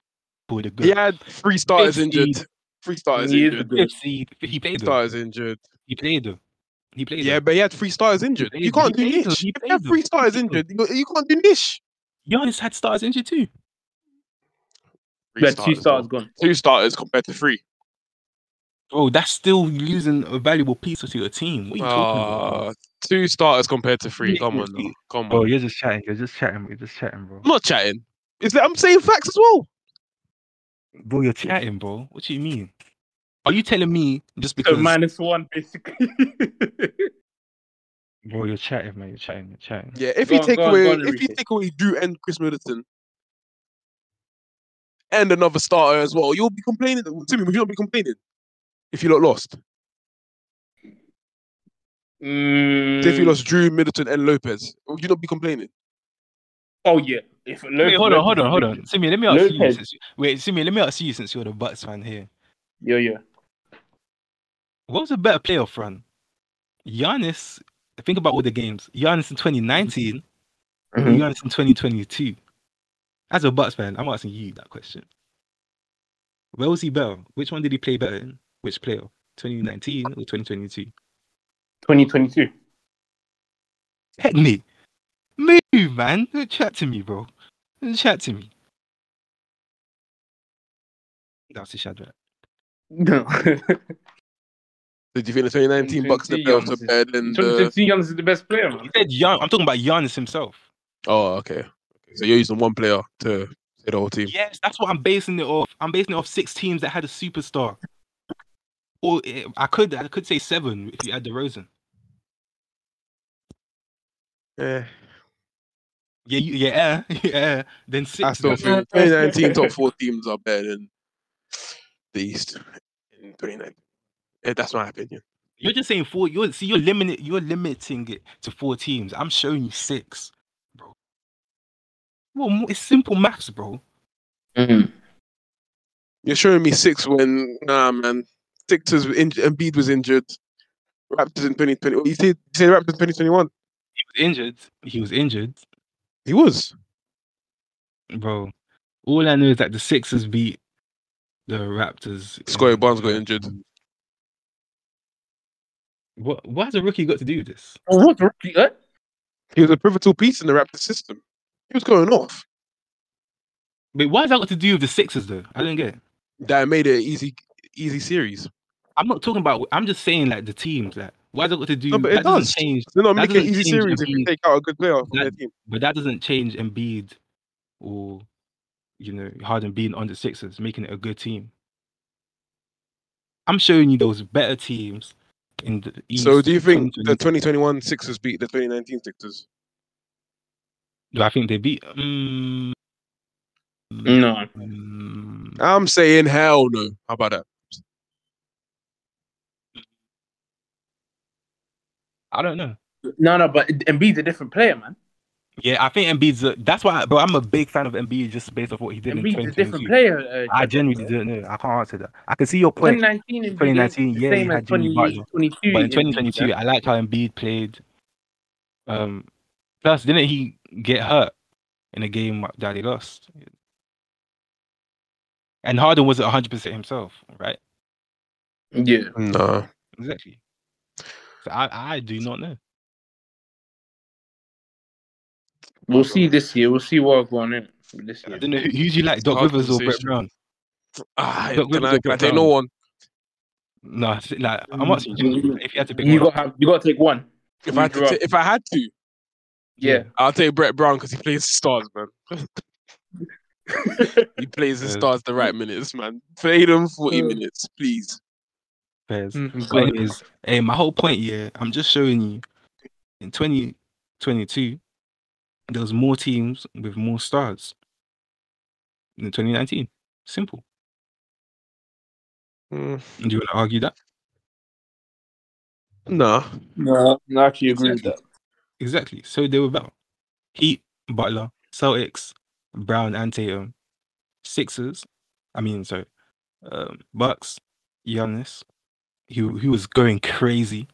Speaker 2: called a good.
Speaker 3: He had three starters
Speaker 2: Basically,
Speaker 3: injured. Three starters
Speaker 5: years
Speaker 3: injured.
Speaker 5: ago.
Speaker 2: He, he
Speaker 3: Three
Speaker 2: played though.
Speaker 3: starters injured.
Speaker 2: He played though. He played.
Speaker 3: Yeah,
Speaker 2: though.
Speaker 3: but he had three starters injured.
Speaker 2: played-
Speaker 3: You can't do
Speaker 2: he played though,
Speaker 3: niche.
Speaker 2: he
Speaker 3: If you
Speaker 2: played
Speaker 3: have
Speaker 2: though,
Speaker 3: three
Speaker 2: he
Speaker 3: starters
Speaker 2: played though.
Speaker 3: injured, you you can't do niche.
Speaker 2: Giannis had starters injured too.
Speaker 3: Three
Speaker 5: Yeah, two stars
Speaker 3: though.
Speaker 5: gone.
Speaker 3: Two starters compared to three.
Speaker 2: Bro, that's still losing a valuable piece to your team. What are you talking about?
Speaker 3: Uh, two starters compared to three.
Speaker 2: Yeah,
Speaker 3: Come
Speaker 2: yeah,
Speaker 3: on,
Speaker 2: yeah.
Speaker 3: now. come
Speaker 2: Bro,
Speaker 3: on.
Speaker 2: you're just chatting. You're just chatting. You're just chatting, bro.
Speaker 3: I'm not chatting. It's like I'm saying facts as well.
Speaker 2: Bro, you're chatting, bro. What do you mean? Are you telling me just
Speaker 5: So
Speaker 2: because?
Speaker 5: minus one basically.
Speaker 2: Bro, you're chatting, man. You're chatting. You're chatting.
Speaker 3: Yeah, if
Speaker 5: Go
Speaker 3: you
Speaker 5: on,
Speaker 3: take
Speaker 5: go on,
Speaker 3: away
Speaker 5: go on,
Speaker 3: if you
Speaker 5: Enrique.
Speaker 3: take away Drew and Chris Middleton and another starter as well, you'll be complaining. Timmy, would you not be complaining? if you lot lost?
Speaker 4: Mm.
Speaker 3: Say if you lost Drew, Middleton, and Lopez, would you not be complaining?
Speaker 4: Oh yeah. If Lopez,
Speaker 2: Wait, hold on, hold on, hold on. Simi, let me ask you.
Speaker 4: Lopez.
Speaker 2: Since, wait, Simi, let me ask you since you're the Bucks fan here.
Speaker 4: Yeah, yeah.
Speaker 2: What was a better playoff run? Giannis, think about all the games. Giannis in 2019 or
Speaker 5: Mhm.
Speaker 2: Giannis in 2022. As a Bucks fan, I'm asking you that question. Where was he better? Which one did he play better in? Which playoff? 2019 or 2022?
Speaker 4: 2022.
Speaker 2: Heck me. Move, man. Don't chat to me, bro. Don't chat to me. That's a shadow.
Speaker 4: No.
Speaker 3: So do you think the 2019 Bucks the
Speaker 4: 2020
Speaker 3: playoffs are better than the?
Speaker 4: 2022 Giannis is the best player, man.
Speaker 2: He said Gian- I'm talking about Giannis himself.
Speaker 3: Oh, okay. So you're using one player to say the whole team.
Speaker 2: Yes, that's what I'm basing it off. I'm basing it off six teams that had a superstar. Or eh, I could I could say seven if you add DeRozan.
Speaker 3: Yeah.
Speaker 2: Yeah, you, yeah, yeah. Then six.
Speaker 3: I still
Speaker 2: then-
Speaker 3: think 2019 top four teams are better than the East in 2019. Eh, That's my opinion.
Speaker 2: You're just saying four. You're see, you're limiting you're limiting it to four teams. I'm showing you six, bro. Well, mo- it's simple maths, bro.
Speaker 4: Mm-hmm.
Speaker 3: You're showing me six when nah man. Six was injured. Embiid was injured. Raptors in 2020. Oh, you said you said Raptors in 2021.
Speaker 2: He was injured. He was injured,
Speaker 3: He was.
Speaker 2: bro. All I know is that the Sixers beat the Raptors. in-
Speaker 3: Scotty Barnes got injured.
Speaker 2: What? What has a rookie got to do with this?
Speaker 4: Oh, what rookie? Huh?
Speaker 3: He was a pivotal piece in the Raptors system. He was going off.
Speaker 2: Wait, why has that got to do with the Sixers though? I don't get it.
Speaker 3: That made it an easy easy series.
Speaker 2: I'm not talking about. I'm just saying like the teams. Like, why has that got to do?
Speaker 3: No, but it
Speaker 2: that doesn't
Speaker 3: does.
Speaker 2: change.
Speaker 3: They're not
Speaker 2: That
Speaker 3: making it an
Speaker 2: doesn't
Speaker 3: easy
Speaker 2: change
Speaker 3: series if you
Speaker 2: Embiid.
Speaker 3: take out a good player from
Speaker 2: That-
Speaker 3: their team.
Speaker 2: But that doesn't change Embiid or you know Harden being on the Sixers, making it a good team. I'm showing you those better teams in the East.
Speaker 3: So do you
Speaker 2: in
Speaker 3: think the
Speaker 2: 2020.
Speaker 3: 2021 Sixers beat the 2019 Sixers?
Speaker 2: Do I think they beat? Mm,
Speaker 4: No.
Speaker 2: mm,
Speaker 3: I'm saying hell no. How about that?
Speaker 2: I don't know.
Speaker 4: No, no, but Embiid's a different player, man.
Speaker 2: Yeah, I think Embiid's. A, that's why, bro. I'm a big fan of Embiid just based off what he did in
Speaker 4: Embiid's
Speaker 2: 2022.
Speaker 4: a different player. Uh,
Speaker 2: I
Speaker 4: Jack.
Speaker 2: genuinely don't know. I can't answer that. I can see your point.
Speaker 4: 2019 and
Speaker 2: 2019, yeah,
Speaker 4: same
Speaker 2: he
Speaker 4: as
Speaker 2: had Jimmy Butler.
Speaker 4: 2022.
Speaker 2: But in 2022, I liked how Embiid played. Um, plus, didn't he get hurt in a game that they lost? And Harden wasn't 100% himself, right?
Speaker 4: yeah.
Speaker 3: No.
Speaker 2: Exactly. So I, I do not know.
Speaker 4: We'll see this year. We'll see what going in this
Speaker 2: I
Speaker 4: year.
Speaker 2: don't know. Who, who do you like, Doc
Speaker 3: Hard
Speaker 2: Rivers or Brett
Speaker 3: conversation.
Speaker 2: Brown?
Speaker 3: Ah,
Speaker 2: Doc
Speaker 3: can
Speaker 2: Rivers
Speaker 3: I,
Speaker 2: or
Speaker 3: can I
Speaker 2: Brett
Speaker 3: take
Speaker 2: Brown?
Speaker 3: no one?
Speaker 2: No, I think, like, I'm asking you if you had to pick
Speaker 4: Mm. You
Speaker 2: one.
Speaker 4: got to you got to take one.
Speaker 3: If
Speaker 4: We
Speaker 3: I had to,
Speaker 4: grew up.
Speaker 3: ta- if I had to,
Speaker 4: Yeah.
Speaker 3: I'll take Brett Brown because he plays the stars, man. he plays the
Speaker 2: Yeah.
Speaker 3: stars the right minutes, man. Play them 40
Speaker 4: Mm.
Speaker 3: minutes, please.
Speaker 2: Fairs.
Speaker 3: But-
Speaker 2: But anyways, hey, my whole point, yeah, I'm just showing you in 2022, there was more teams with more stars than 2019. Simple.
Speaker 3: Mm,
Speaker 2: Do you want to argue that?
Speaker 3: nah.
Speaker 4: No, I actually agree with that.
Speaker 2: Exactly. So they were better. Heat, Butler, Celtics, Brown, and Tatum, Sixers. I mean, sorry, um, Bucks, Giannis, who who was going crazy.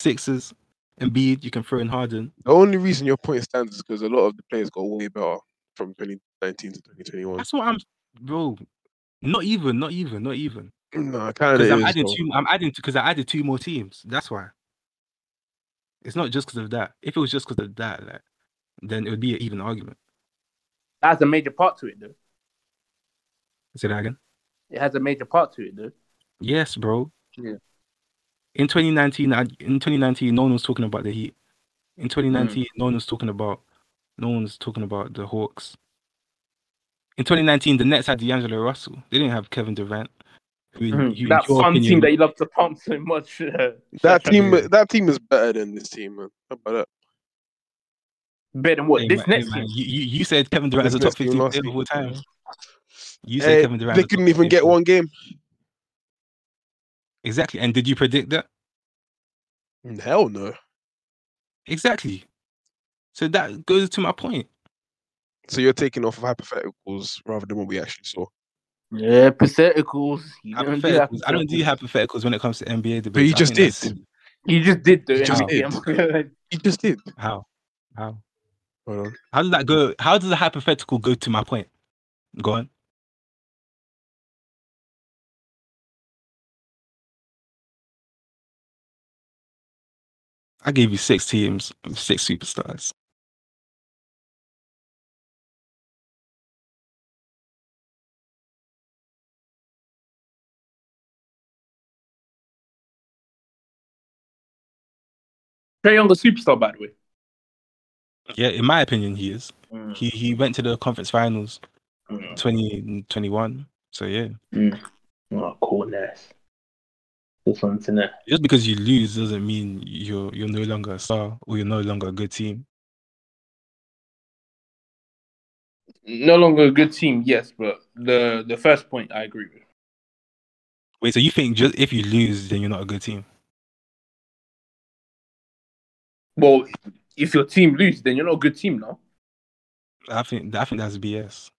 Speaker 2: Sixers, Embiid. You can throw in Harden.
Speaker 3: The only reason your point stands is because a lot of the players got way better from 2019 to 2021.
Speaker 2: That's what I'm, bro. Not even, not even, not even.
Speaker 3: Nah, kind
Speaker 2: Because I'm
Speaker 3: of
Speaker 2: adding
Speaker 3: is.
Speaker 2: two. I'm adding because I added two more teams. That's why. It's not just because of that. If it was just because of that, like, then it would be an even argument.
Speaker 4: That's a major part to it, though.
Speaker 2: Say that again.
Speaker 4: It has a major part to it, though.
Speaker 2: Yes, bro.
Speaker 4: Yeah.
Speaker 2: In 2019, I, in 2019, no one was talking about the Heat. In 2019, no one was talking about no one was talking about the Hawks. In 2019, the Nets had D'Angelo Russell. They didn't have Kevin Durant. Who, in- who in
Speaker 4: Mm-hmm. That
Speaker 2: your
Speaker 4: fun
Speaker 2: opinion-
Speaker 4: team Hmm. that you love to pump so much. Uh,
Speaker 3: That team,
Speaker 2: Yeah.
Speaker 3: that team is better than this team, man. How about that?
Speaker 4: better than what
Speaker 2: Hey,
Speaker 4: this
Speaker 2: man- hey,
Speaker 4: next
Speaker 2: man,
Speaker 4: team.
Speaker 2: you, you, you said Kevin Durant is a
Speaker 3: This
Speaker 2: top
Speaker 3: next team
Speaker 2: 15
Speaker 3: last
Speaker 2: player of all
Speaker 3: season.
Speaker 2: time. You said
Speaker 3: Eh,
Speaker 2: Kevin Durant.
Speaker 3: They
Speaker 2: is a top
Speaker 3: couldn't even
Speaker 2: 15
Speaker 3: get one game.
Speaker 2: Exactly. And did you predict that?
Speaker 3: Hell no.
Speaker 2: Exactly. So that goes to my point.
Speaker 3: So you're taking off of hypotheticals rather than what we actually saw.
Speaker 5: Yeah, patheticals. You don't do
Speaker 2: Hypotheticals. I don't do hypotheticals when it comes to NBA debates.
Speaker 3: you
Speaker 2: I
Speaker 3: just
Speaker 2: think that's
Speaker 3: did.
Speaker 2: silly.
Speaker 5: You just did the
Speaker 3: You just
Speaker 5: MVP. I'm not gonna lie.
Speaker 3: You just did.
Speaker 2: How? How?
Speaker 3: Hold on.
Speaker 2: How did that go? How does the hypothetical go to my point? Go on. I gave you six teams, six superstars.
Speaker 4: Trey Young, a superstar, by the way.
Speaker 2: Yeah, in my opinion, he is.
Speaker 5: Mm.
Speaker 2: He he went to the conference finals
Speaker 5: Mm.
Speaker 2: 2021. So yeah.
Speaker 5: Oh, cool, nice. That's something that.
Speaker 2: Just because you lose doesn't mean you're you're no longer a star or you're no longer a good team.
Speaker 4: No longer a good team, yes, but the the first point I agree with.
Speaker 2: Wait, so you think just if you lose, then you're not a good team?
Speaker 4: Well, if your team loses, then you're not a good team now.
Speaker 2: I think I think that's BS.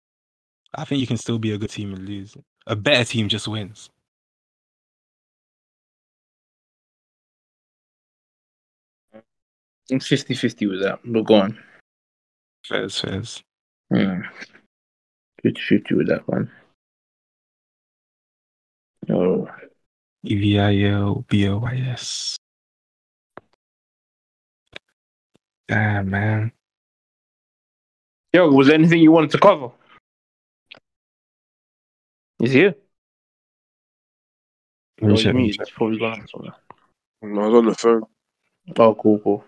Speaker 2: I think you can still be a good team and lose. A better team just wins.
Speaker 4: I'm 50 50 with that, but go on.
Speaker 2: Fairs, fairs.
Speaker 4: Hmm. Good shoot you with that one. Oh,
Speaker 2: E V I L B O Y S. Damn man.
Speaker 4: yo, was there anything you wanted to cover? Is he here?
Speaker 2: Let me
Speaker 4: Oh, you
Speaker 2: check, let me
Speaker 4: mean
Speaker 2: check.
Speaker 4: it's probably gone somewhere.
Speaker 3: No, I was on the phone.
Speaker 4: Oh, cool, cool.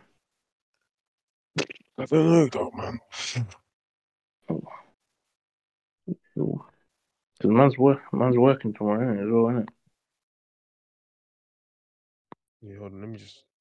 Speaker 3: I don't know, dog, man.
Speaker 4: cool. 'Cause man's work, man's working tomorrow innit, as well, isn't it?
Speaker 3: Yeah, hold on. Let me just